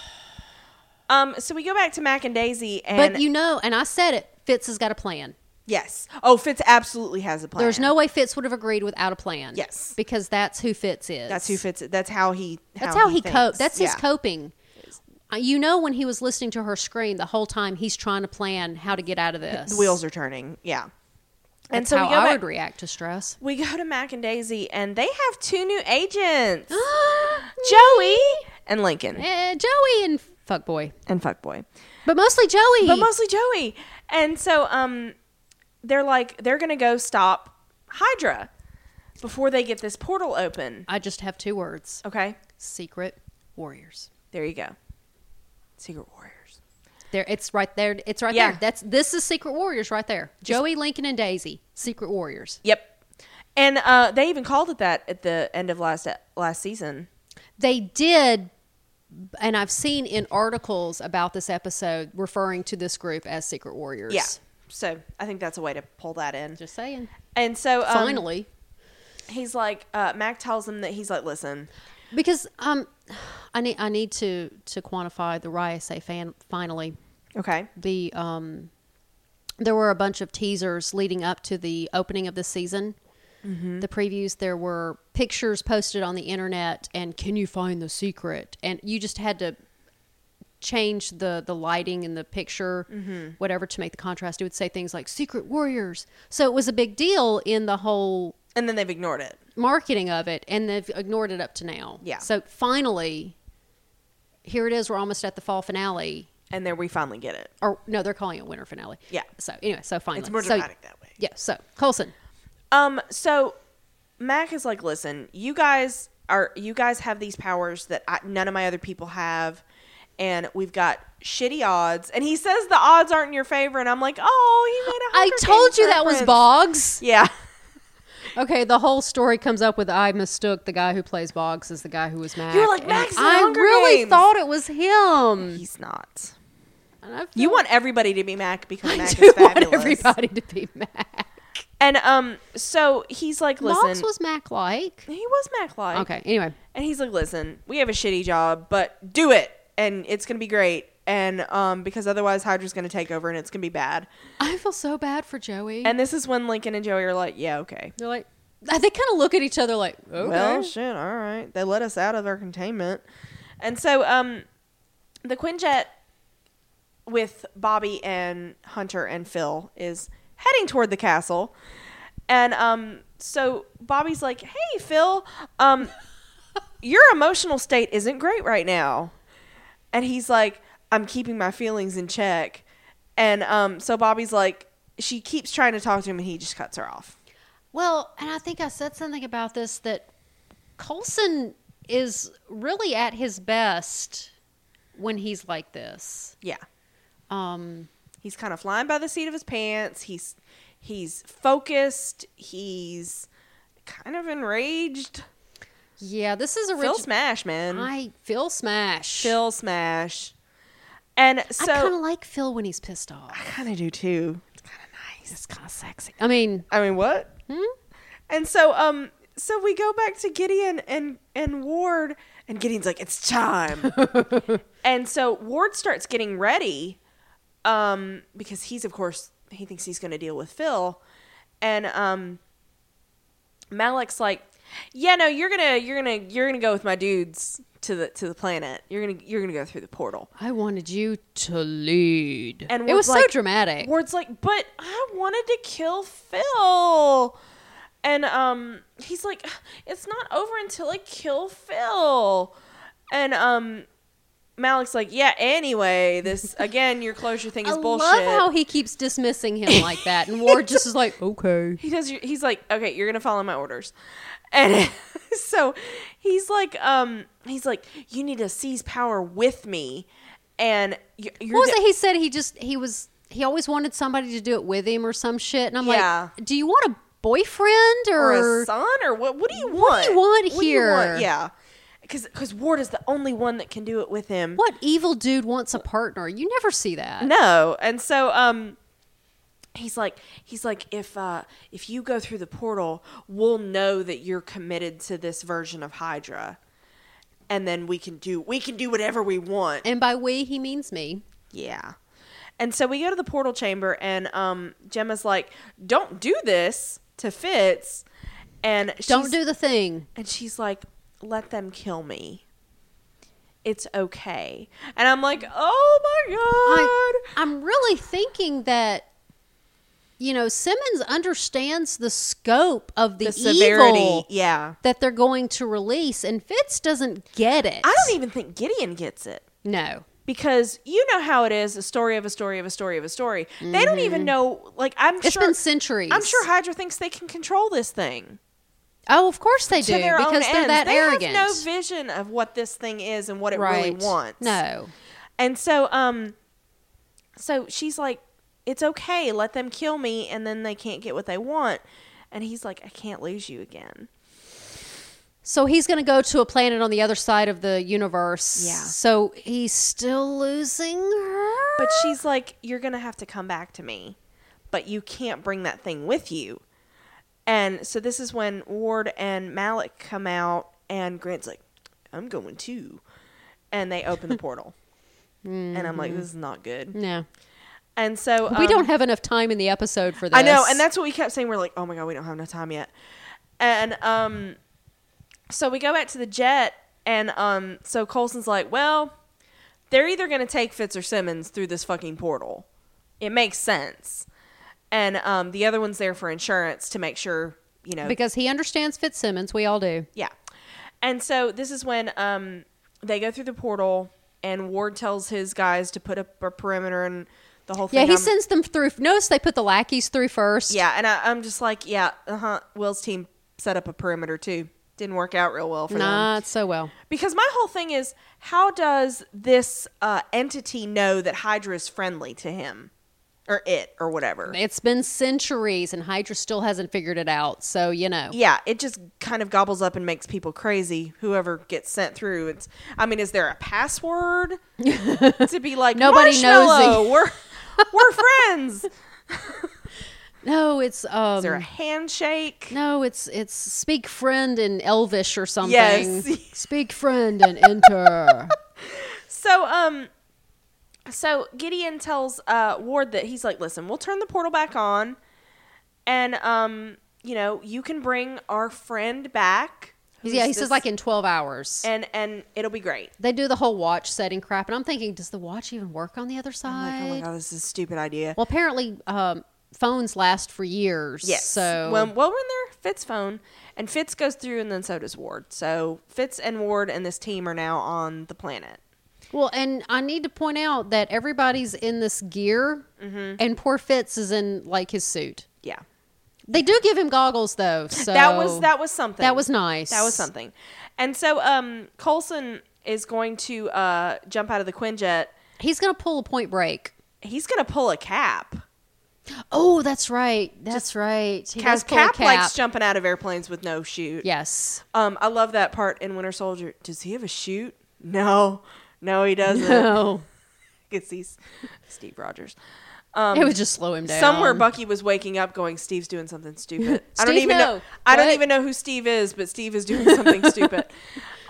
A: Um, so we go back to Mac and Daisy, and
B: but you know, and I said it. Fitz has got a plan.
A: yes, oh Fitz absolutely has a plan.
B: There's no way Fitz would have agreed without a plan.
A: Yes.
B: because that's who Fitz is.
A: That's who Fitz. That's how he.
B: That's how, he
A: thinks.
B: copes. That's his
A: Yeah.
B: coping. Uh, You know, when he was listening to her scream the whole time, he's trying to plan how to get out of this.
A: The wheels are turning. Yeah.
B: That's
A: and so
B: how
A: we go
B: I
A: back,
B: would react to stress.
A: we go to Mac and Daisy, and they have two new agents, Joey and Lincoln
B: Eh, Joey and fuckboy,
A: and Fuckboy.
B: but mostly Joey.
A: but mostly Joey. And so um they're like they're going to go stop Hydra before they get this portal open.
B: I just have two words:
A: Okay?
B: secret warriors.
A: There you go. Secret Warriors.
B: There, it's right there. It's right
A: Yeah.
B: there. That's this is secret warriors right there. Joey, Lincoln, and Daisy, secret warriors.
A: Yep. And uh they even called it that at the end of last last season.
B: They did, and I've seen in articles about this episode referring to this group as secret warriors.
A: Yeah. So, I think that's a way to pull that in.
B: just saying.
A: And so um,
B: Finally,
A: he's like uh Mac tells him that he's like, "Listen,
B: because um, I need I need to to quantify the RSA fan finally.
A: okay.
B: the um there were a bunch of teasers leading up to the opening of the season the previews there were pictures posted on the internet and can you find the secret and you just had to change the the lighting in the picture whatever to make the contrast it would say things like secret warriors so it was a big deal in the whole
A: And then they've ignored it.
B: marketing of it and they've ignored it up to now
A: Yeah.
B: so finally here it is we're almost at the fall finale
A: And then we finally get it.
B: or no, they're calling it winter finale.
A: Yeah.
B: So anyway, so finally,
A: It's more
B: So-
A: dramatic that way.
B: Yeah. So Colson,
A: Um, so Mac is like, listen, you guys are you guys have these powers that I, none of my other people have, and we've got shitty odds. And he says the odds aren't in your favor, and I'm like, oh, he made a
B: I
A: Hunger
B: told
A: Games
B: you that was
A: reference.
B: Boggs.
A: Yeah,
B: Okay, the whole story comes up with I mistook the guy who plays Boggs as the guy who was Max.
A: You're like,
B: and
A: "Max in
B: I
A: Hunger
B: really
A: Games."
B: thought it was him.
A: he's not.
B: And I feel
A: You want everybody to be Mac because
B: I
A: Mac
B: do
A: is fabulous.
B: want everybody to be Mac.
A: And um, so he's like, listen,
B: Boggs was Mac like.
A: he was Mac like,
B: Okay. Anyway,
A: And he's like, listen, we have a shitty job, but do it. And it's going to be great. And um, because otherwise, Hydra's going to take over and it's going to be bad.
B: I feel so bad for Joey.
A: And this is when Lincoln and Joey are like, yeah, okay.
B: they're like, they kind of look at each other like, okay.
A: Well, shit, all right. They let us out of our containment. And so um, the Quinjet with Bobby and Hunter and Phil is heading toward the castle. And um, so Bobby's like, hey, Phil, um, your emotional state isn't great right now. And he's like, I'm keeping my feelings in check. And um, so Bobby's like, she keeps trying to talk to him and he just cuts her off.
B: Well, and I think I said something about this that Colson is really at his best when he's like this.
A: Yeah.
B: Um,
A: He's kind of flying by the seat of his pants. He's he's focused. He's kind of enraged.
B: yeah, this is a
A: Phil
B: real
A: smash, man.
B: I Phil smash.
A: Phil smash. And so
B: I kind of like Phil when he's pissed off.
A: kind of do too. It's kind of nice.
B: It's kind of sexy. I mean,
A: I mean, what? And so um so we go back to Gideon and and Ward and Gideon's like it's time. and so Ward starts getting ready um because he's of course he thinks he's going to deal with Phil and um Malik's like yeah no you're going to you're going to you're going to go with my dudes to the to the planet. You're going to you're going to go through the portal.
B: I wanted you to lead.
A: And
B: it
A: Ward's
B: was
A: like-
B: so dramatic.
A: Ward's like, but I wanted to kill Phil. And um he's like, it's not over until I kill Phil. And um Malik's like, yeah. Anyway, this again, your closure thing
B: I
A: is bullshit.
B: love how he keeps dismissing him like that, and Ward just is like, okay.
A: he does he's like okay you're gonna follow my orders and so he's like um he's like you need to seize power with me and y- you're
B: What was
A: the-
B: it? He said he just he was he always wanted somebody to do it with him or some shit, and I'm
A: Yeah.
B: like, do you want a boyfriend or,
A: or a son or what what do you want
B: do you want
A: What do you want?
B: here?
A: yeah because because ward is the only one that can do it with him
B: what evil dude wants a partner? You never see that.
A: No. And so um he's like he's like if uh if you go through the portal, we'll know that you're committed to this version of Hydra. And then we can do we can do whatever we want.
B: And by we, he means me.
A: Yeah. And so we go to the portal chamber and um Gemma's like, "Don't do this to Fitz." And she's,
B: Don't do the thing.
A: and she's like, "Let them kill me." It's okay. And I'm like, "Oh my god."
B: I, I'm really thinking that you know Simmons understands the scope of the,
A: the severity.
B: evil
A: Yeah.
B: that they're going to release, and Fitz doesn't get it.
A: I don't e- even think Gideon gets it
B: No,
A: because you know how it is a story of a story of a story of a story. They don't even know like I'm
B: Mm-hmm. it's
A: sure
B: been centuries.
A: I'm sure Hydra thinks they can control this thing
B: Oh, of course they do
A: to their
B: because
A: own
B: they're
A: ends.
B: that
A: they
B: arrogant.
A: have no vision of what this thing is and what it really wants.
B: No,
A: And so um so she's like it's okay, let them kill me and then they can't get what they want. And he's like I can't lose you again.
B: so he's going to go to a planet on the other side of the universe.
A: Yeah.
B: So he's still losing her.
A: But she's like, You're going to have to come back to me, but you can't bring that thing with you. And so this is when Ward and Malik come out, and Grant's like, I'm going too. And they open the portal. And I'm like, This is not good.
B: no,
A: And so
B: Mm-hmm. we
A: um,
B: don't have enough time in the episode for this.
A: I know, and that's what we kept saying. We're like, oh my god, we don't have enough time yet. And um, so we go back to the jet, and um, so Colson's like, well, they're either gonna take Fitz or Simmons through this fucking portal. It makes sense. And um, the other one's there for insurance to make sure, you know,
B: because he understands Fitzsimmons. We all do.
A: yeah. And so this is when um, they go through the portal, and Ward tells his guys to put up a perimeter and the whole thing.
B: Yeah, he
A: I'm-
B: sends them through. Notice they put the lackeys through first.
A: Yeah, and I, I'm just like, yeah, uh huh. Will's team set up a perimeter too. Didn't work out real well for them.
B: not so well.
A: Because my whole thing is, how does this uh, entity know that Hydra is friendly to him, or it, or whatever?
B: It's been centuries, and Hydra still hasn't figured it out. So you know,
A: Yeah, it just kind of gobbles up and makes people crazy. Whoever gets sent through, it's. I mean, is there a password to be like
B: Nobody knows it.
A: "Marshmallow, We're we're friends. Is
B: no, it's um,
A: there a handshake?
B: no, it's it's speak friend in Elvish or something.
A: Yes.
B: speak friend and enter.
A: So um so Gideon tells uh Ward that he's like, "Listen, we'll turn the portal back on and um you know, you can bring our friend back." who's
B: yeah, he
A: this-
B: says like in twelve hours.
A: and and it'll be great.
B: they do the whole watch setting crap, and I'm thinking, does the watch even work on the other
A: I'm
B: side?
A: like, "Oh my god, this is a stupid idea."
B: Well, apparently, um, phones last for years.
A: yes.
B: So
A: well, well, we're in there, Fitz phone, and Fitz goes through, and then so does Ward. So Fitz and Ward and this team are now on the planet.
B: Well, and I need to point out that everybody's in this gear,
A: Mm-hmm.
B: and poor Fitz is in like his suit.
A: Yeah,
B: They do give him goggles though, so
A: that was that was something.
B: that was nice.
A: That was something. And so um, Colson is going to uh, jump out of the Quinjet.
B: He's gonna pull a Point Break.
A: He's going to pull a cap.
B: Oh, that's right. That's right. He
A: Because
B: does pull a
A: cap, likes jumping out of airplanes with no chute.
B: yes,
A: Um, I love that part in Winter Soldier. Does he have a chute? No. No, he doesn't.
B: no,
A: Because he's Steve Rogers.
B: it would just slow him down.
A: Somewhere Bucky was waking up going, Steve's doing something stupid. I don't
B: Steve,
A: even know
B: no.
A: I don't
B: What?
A: even know who Steve is, but Steve is doing something stupid.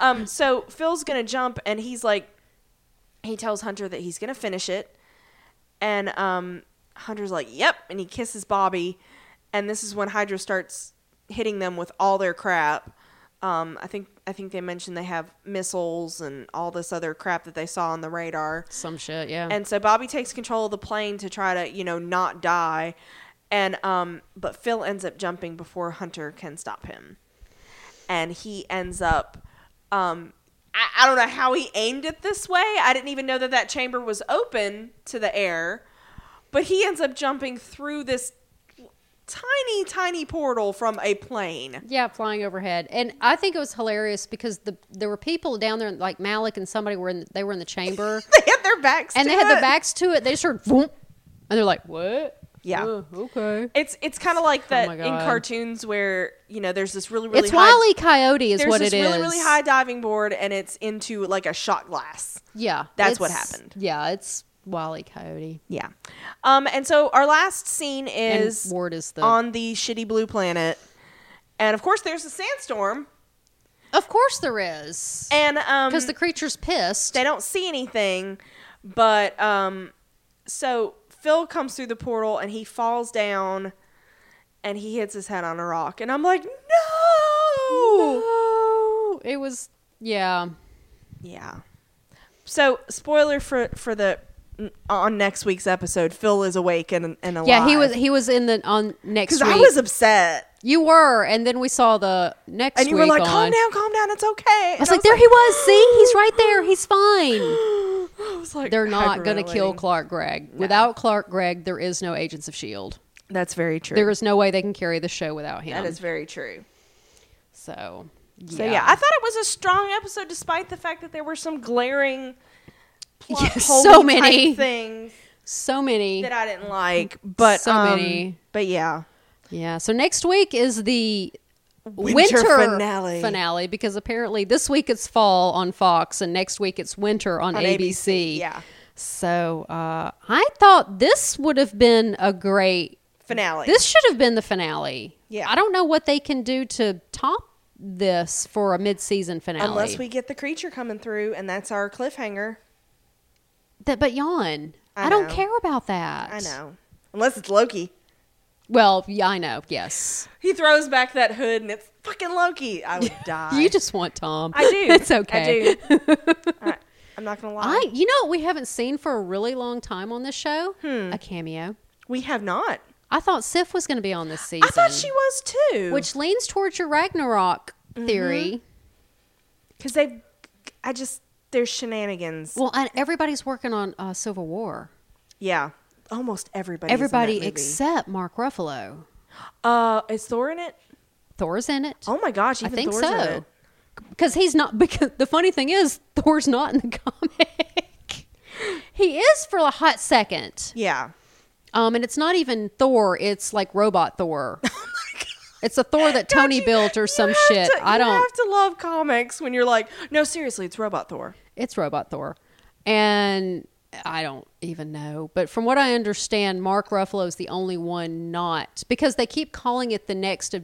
A: Um, so Phil's gonna jump and he's like he tells Hunter that he's gonna finish it. And um, Hunter's like, Yep, and he kisses Bobby and this is when Hydra starts hitting them with all their crap. Um, I think I think they mentioned they have missiles and all this other crap that they saw on the radar.
B: some shit. Yeah,
A: And so Bobby takes control of the plane to try to, you know, not die. And um but Phil ends up jumping before Hunter can stop him. And he ends up um I, I don't know how he aimed it this way. I didn't even know that that chamber was open to the air, but he ends up jumping through this tiny, tiny portal from a plane.
B: Yeah, flying overhead, and I think it was hilarious because the there were people down there, like Malik and somebody were in. They were in the chamber,
A: They had their backs
B: and
A: to
B: they had
A: it.
B: their backs to it. They just heard, "Vroom," and they're like, "What?
A: Yeah.
B: Uh, okay."
A: It's it's kind of like that
B: Oh my
A: in
B: God.
A: cartoons where you know there's this really really
B: it's
A: high,
B: Wiley Coyote, is
A: there's
B: what
A: this
B: it is.
A: really really high diving board and it's into like a shot glass.
B: Yeah,
A: That's what
B: it's-
A: happened.
B: Yeah, it's Wiley Coyote.
A: Yeah, um, and so our last scene
B: And
A: is
B: Ward is the.
A: on the shitty blue planet, and of course there's a sandstorm,
B: of course there is,
A: and um,
B: because the creature's pissed.
A: they don't see anything, but um, so Phil comes through the portal and he falls down, and he hits his head on a rock, and I'm like, no.
B: Oh, it was yeah.
A: Yeah. So, spoiler for for the mm, on next week's episode, Phil is awake and and alive.
B: Yeah, he was he was in the on next
A: because
B: week.
A: I was upset,
B: you were, and then we saw the next.
A: and you were
B: week
A: like,
B: on.
A: "Calm down, calm down, it's okay."
B: I was like, there he was. See, he's right there. He's fine.
A: I was like,
B: They're not going to kill
A: hyperventilating.
B: Clark Gregg. Without Clark Gregg, there is no Agents of Shield.
A: That's very true.
B: E There is no way they can carry the show without him.
A: that is very true.
B: so. Yeah.
A: So yeah, I thought it was a strong episode, despite the fact that there were some glaring, plot
B: Yeah,
A: hole-y
B: so
A: type
B: many.
A: things
B: so many.
A: that I didn't like. But
B: So
A: um,
B: many.
A: But yeah,
B: yeah. So next week is the winter,
A: finale.
B: finale because apparently this week it's fall on Fox and next week it's winter on,
A: on
B: ABC.
A: yeah,
B: So uh, I thought this would have been a great.
A: finale.
B: This should have been the finale.
A: Yeah.
B: I don't know what they can do to top this for a mid-season finale.
A: unless we get the creature coming through, and that's our cliffhanger.
B: That- but yawn.
A: I
B: I, don't
A: know.
B: care about that.
A: I know. Unless it's Loki.
B: Well, yeah, I know. Yes.
A: He throws back that hood and it's fucking Loki. I would die.
B: You just want Tom.
A: I do.
B: it's okay.
A: I do. I, I'm not going to lie.
B: I, you know what we haven't seen for a really long time on this show?
A: Hmm.
B: A cameo.
A: we have not.
B: I thought Sif was going to be on this season.
A: I thought she was Mm-hmm. too.
B: which leans towards your Ragnarok theory.
A: because they, I just there's shenanigans.
B: Well, and everybody's working on uh, Civil War.
A: yeah, almost everybody.
B: Everybody
A: except
B: except Mark Ruffalo.
A: uh, is Thor in it?
B: Thor's in it.
A: Oh my gosh,
B: I
A: even
B: think
A: Thor's in
B: so.
A: it.
B: Because he's not. Because the funny thing is, Thor's not in the comic. he is for a hot second.
A: Yeah,
B: Um, and it's not even Thor. It's like robot Thor. It's a Thor that Tony
A: Don't you-
B: built or
A: you
B: some
A: have
B: shit.
A: to-
B: I
A: You
B: don't.
A: have to love comics when you're like, no, seriously, it's Robot Thor.
B: It's Robot Thor. And I don't even know. But from what I understand, Mark Ruffalo is the only one not because they keep calling it the next.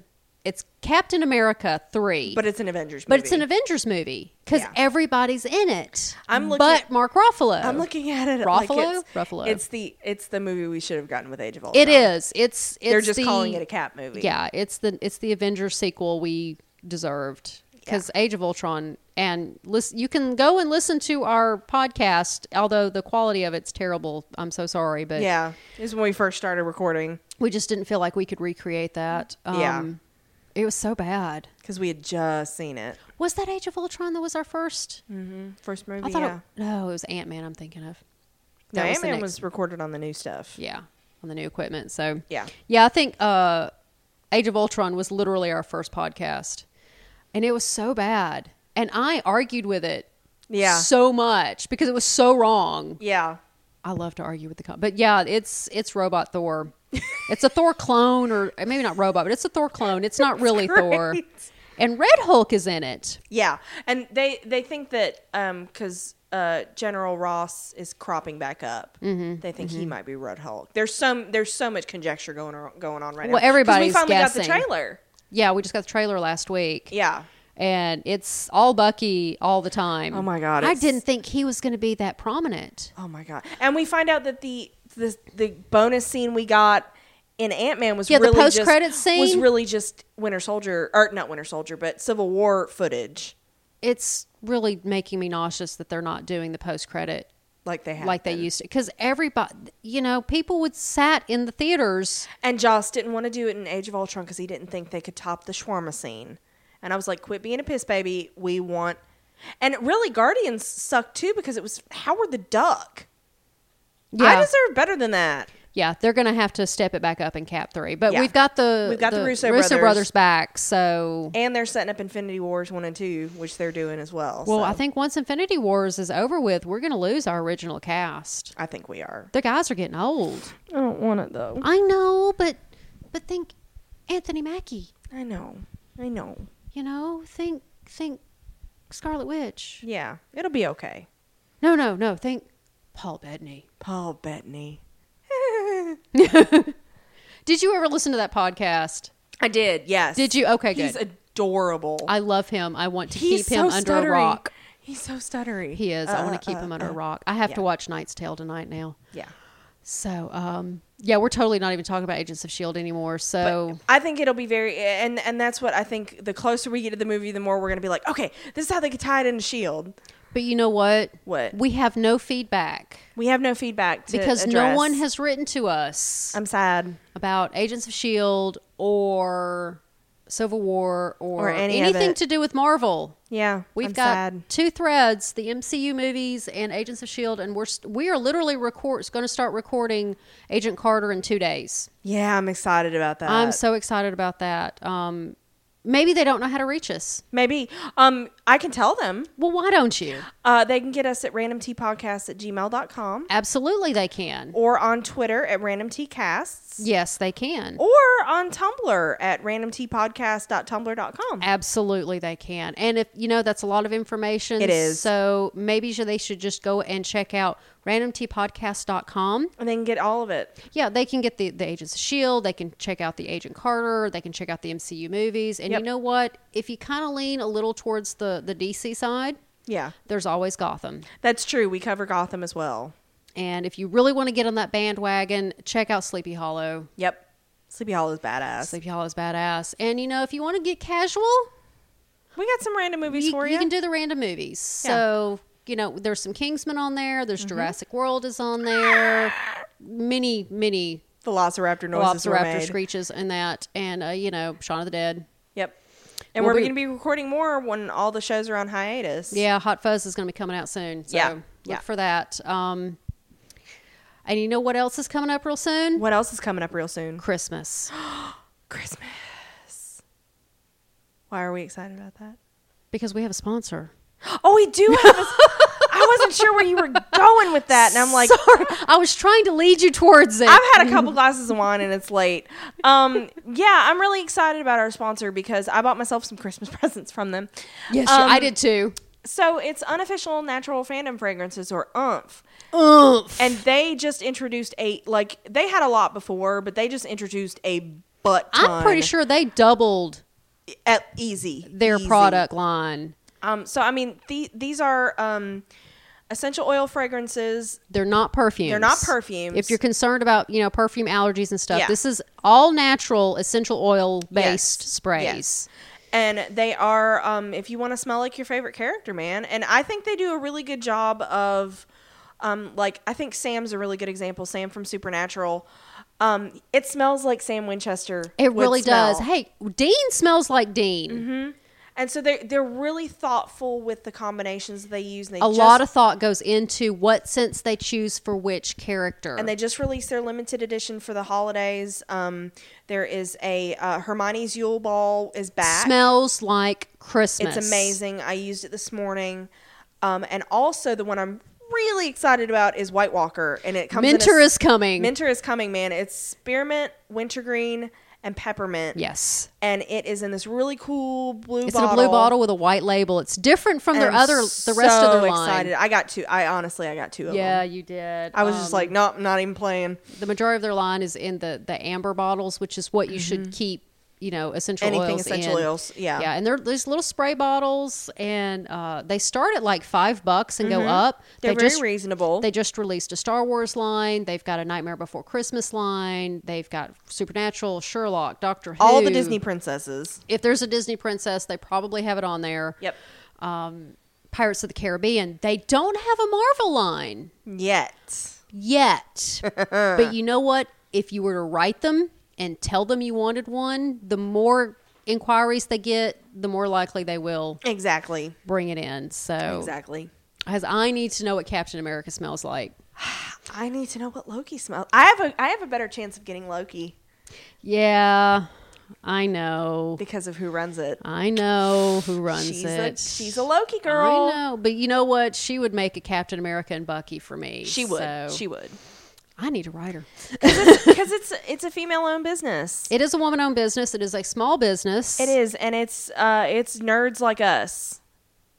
B: It's Captain America 3.
A: But it's an Avengers.
B: But
A: movie.
B: it's an Avengers movie because
A: Yeah.
B: everybody's in it.
A: I'm looking-
B: but Mark Ruffalo.
A: I'm looking at it
B: Oh. Ruffalo.
A: like it's
B: Ruffalo.
A: It's the it's the movie we should have gotten with Age of Ultron.
B: It is. It's. it's
A: They're just
B: the-
A: calling it a cat movie.
B: Yeah, it's the it's the Avengers sequel we deserved because Age of Ultron and listen, you can go and listen to our podcast. Although the quality of it's terrible, I'm so sorry, but
A: Yeah. This is when we first started recording
B: we just didn't feel like we could recreate that. Um,
A: Yeah.
B: it was so bad.
A: because we had just seen it.
B: Was that Age of Ultron that was our 1st
A: First movie.
B: Mm. I thought
A: Mm, yeah.
B: it, no, it was Ant Man. I'm thinking of.
A: No,
B: That
A: Ant Man
B: next-
A: was recorded on the new stuff.
B: yeah on the new equipment. So
A: Yeah.
B: yeah, I think uh, Age of Ultron was literally our first podcast, and it was so bad, and I argued with it.
A: Yeah.
B: so much because it was so wrong.
A: Yeah.
B: I love to argue with the com- but yeah, it's it's Robot Thor. it's a Thor clone, or maybe not robot, but it's a Thor clone. It's not really Thor.
A: great.
B: And Red Hulk is in it.
A: Yeah. And they they think that um because uh General Ross is cropping back up,
B: Mm-hmm.
A: they think he might be Red Hulk. There's some there's so much conjecture going on going on right now.
B: Well,
A: 'Cause
B: everybody's
A: we finally
B: guessing.
A: got the trailer.
B: Yeah, we just got the trailer last week.
A: Yeah.
B: And it's all Bucky all the time.
A: Oh my God,
B: I
A: it's-
B: didn't think he was going to be that prominent.
A: Oh my god! And we find out that the the the bonus scene we got in Ant Man was
B: Yeah, the
A: really just-
B: post-credits
A: was
B: scene.
A: really just Winter Soldier or not Winter Soldier, but Civil War footage
B: it's really making me nauseous that they're not doing the post credit
A: like they had
B: like they
A: been.
B: used to because everybody you know people would sat in the theaters
A: And Joss didn't want to do it in Age of Ultron because he didn't think they could top the shawarma scene. And I was like, "Quit being a piss baby. We want And really, Guardians sucked too because it was Howard the Duck. I
B: Yeah.
A: deserve better than that.
B: Yeah, they're going to have to step it back up in Cap Three, but
A: Yeah.
B: we've got the
A: We've got the Russo brothers.
B: back. So,
A: And they're setting up Infinity Wars 1 and 2, which they're doing as well.
B: well,
A: so
B: I think once Infinity Wars is over with, we're going to lose our original cast.
A: I think we are.
B: The guys are getting old.
A: I don't want it though.
B: I know, but but think Anthony Mackie.
A: I know. I know.
B: You know, think think Scarlet Witch.
A: Yeah, it'll be okay.
B: No, no, no. Think Paul Bettany.
A: Paul Bettany.
B: Did you ever listen to that podcast?
A: I did. Yes.
B: Did you? Okay,
A: He's
B: good.
A: adorable.
B: I love him. I want to
A: He's
B: keep him
A: so
B: under
A: stuttery.
B: a rock.
A: He's so stuttery. Uh,
B: He is. I want to keep him under a rock. I have
A: yeah.
B: to watch Knight's Tale tonight now.
A: Yeah.
B: So, um, yeah, we're totally not even talking about Agents of Shield E anymore. So,
A: I think it'll be very and and that's what I think the closer we get to the movie the more we're going to be like, okay, this is how they could tie it into Shield.
B: but, you know what?
A: E What?
B: we have no feedback
A: We have no feedback to
B: because no
A: address.
B: one has written to us
A: I'm sad.
B: about Agents of Shield E or Civil War or,
A: Or any of
B: anything
A: it.
B: to do with Marvel.
A: Yeah.
B: We've
A: I'm
B: got
A: sad.
B: two threads: the MCU movies and Agents of Shield, E and we're st- we are literally record going to start recording Agent Carter in two days.
A: Yeah, I'm excited about that.
B: I'm so excited about that. Um, maybe they don't know how to reach us.
A: Maybe. Um I can tell them.
B: Well, why don't you?
A: Uh they can get us at randomtpodcast at gmail.com
B: Absolutely, they can.
A: or on Twitter at randomtcasts
B: Yes, they can.
A: or on Tumblr at randomtpodcast.tumblr.com.
B: Absolutely, they can. And if you know, that's a lot of information.
A: It is.
B: So maybe sh- they should just go and check out randomtpodcast.com.
A: And they can get all of it.
B: Yeah, they can get the, the Agents of S.H.I.E.L.D., E they can check out the Agent Carter, they can check out the MCU movies. And
A: Yep.
B: you know what? If you kind of lean a little towards the, the DC side,
A: Yeah.
B: there's always Gotham.
A: That's true. We cover Gotham as well.
B: And if you really want to get on that bandwagon, check out Sleepy Hollow.
A: Yep. Sleepy Hollow is badass.
B: Sleepy Hollow is badass. And you know, if you want to get casual,
A: We got some random movies
B: you,
A: for
B: you
A: you.
B: can do the random movies. So you know, there's some Kingsman on there. There's
A: Mm-hmm.
B: Jurassic World is on there. Many, many
A: Velociraptor noises were
B: Velociraptor
A: made.
B: screeches and that, and uh, you know, Shaun of the Dead.
A: Yep. And
B: We'll
A: we're
B: be-
A: going to be recording more when all the shows are on hiatus.
B: Yeah, Hot Fuzz is going to be coming out soon. So
A: Yeah.
B: look
A: Yeah.
B: for that. Um, and you know what else is coming up real soon?
A: What else is coming up real soon?
B: Christmas.
A: Christmas. Why are we excited about that?
B: Because we have a sponsor.
A: Oh, we do have. A, I wasn't sure where you were going with that, and I'm like,
B: Sorry, I was trying to lead you towards it.
A: I've had a couple glasses of wine and it's late. Um, yeah, I'm really excited about our sponsor because I bought myself some Christmas presents from them.
B: yes,
A: Um,
B: I did too.
A: So it's unofficial natural fandom fragrances or umph.
B: Oomph.
A: and they just introduced a like they had a lot before, but they just introduced a butt.
B: I'm pretty
A: ton
B: sure they doubled
A: at easy
B: their
A: easy.
B: product line.
A: Um, so I mean, the, these are um, essential oil fragrances.
B: They're not perfumes.
A: They're not perfumes.
B: If you're concerned about, you know, perfume allergies and stuff,
A: Yeah.
B: this is all natural essential oil based
A: Yes.
B: sprays.
A: Yes. And they are, um, if you want to smell like your favorite character, man. And I think they do a really good job of, um, like, I think Sam's a really good example. Sam from Supernatural. Um, it smells like Sam Winchester.
B: It
A: would
B: really does.
A: smell.
B: Hey, Dean smells like Dean.
A: And so they they're really thoughtful with the combinations that they use. And they
B: A
A: just,
B: lot of thought goes into what scents they choose for which character.
A: and they just released their limited edition for the holidays. Um, there is a uh, Hermione's Yule Ball is back.
B: smells like Christmas.
A: it's amazing. I used it this morning, um, and also the one I'm really excited about is White Walker, and it comes.
B: Mentor
A: in a,
B: is coming.
A: Mentor is coming, man. It's spearmint, wintergreen, and peppermint.
B: yes.
A: and it is in this really cool blue.
B: It's
A: bottle.
B: in a blue bottle with a white label. It's different from their
A: And I'm
B: other the rest
A: so
B: of their line.
A: excited. I got two. I honestly, I got two of
B: Yeah,
A: them.
B: you did. Um,
A: I was just like, nope, not even playing.
B: the majority of their line is in the the amber bottles, which is what you should keep. You know, essential
A: Mm-hmm. Anything
B: oils.
A: essential
B: in.
A: oils, yeah.
B: yeah, and they're these little spray bottles, and uh, they start at like five bucks and go up.
A: Mm-hmm. They're
B: they
A: very
B: just
A: reasonable.
B: they just released a Star Wars line. They've got a Nightmare Before Christmas line. They've got Supernatural, Sherlock, Doctor Who.
A: all the Disney princesses.
B: If there's a Disney princess, they probably have it on there.
A: Yep.
B: Pirates of the Caribbean. They don't have a Marvel line.
A: Yet.
B: yet. but you know what? If you were to write them and tell them you wanted one, the more inquiries they get, the more likely they will
A: Exactly.
B: bring it in. So,
A: Exactly.
B: as I need to know what Captain America smells like.
A: I need to know what Loki smells. I have a I have a better chance of getting Loki
B: Yeah, I know.
A: because of who runs it.
B: I know who runs
A: she's
B: it.
A: a she's a Loki girl.
B: I know, but you know what? She would make a Captain America and Bucky for me.
A: She would.
B: so-
A: She would.
B: I need a writer.
A: Because it's it's a female owned business.
B: It is a woman owned business. It is a small business.
A: It is, and it's uh, it's nerds like us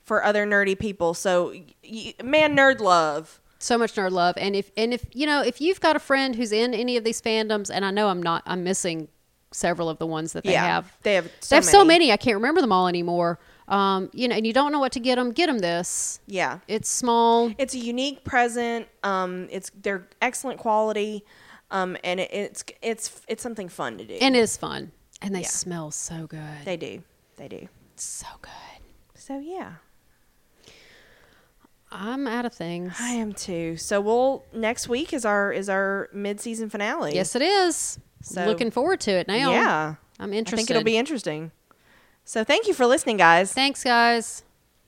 A: for other nerdy people. So, y- y- man, nerd love.
B: so much nerd love. And if and if you know if you've got a friend who's in any of these fandoms, and I know I'm not, I'm missing several of the ones that they
A: yeah,
B: have.
A: they have so
B: they have
A: many.
B: so many. I can't remember them all anymore. Um, you know, and you don't know what to get them. Get them this.
A: Yeah,
B: It's small.
A: it's a unique present. Um, it's they're excellent quality. Um, and it, it's it's it's something fun to do.
B: and it's fun and they
A: Yeah.
B: smell so good
A: they do, they do.
B: so good
A: So yeah,
B: i'm out of things
A: I am too. So we'll next week is our is our mid season finale.
B: yes it is
A: So-
B: looking forward to it now
A: yeah.
B: i'm
A: I
B: interested
A: think it'll be interesting. So thank you for listening, guys.
B: thanks guys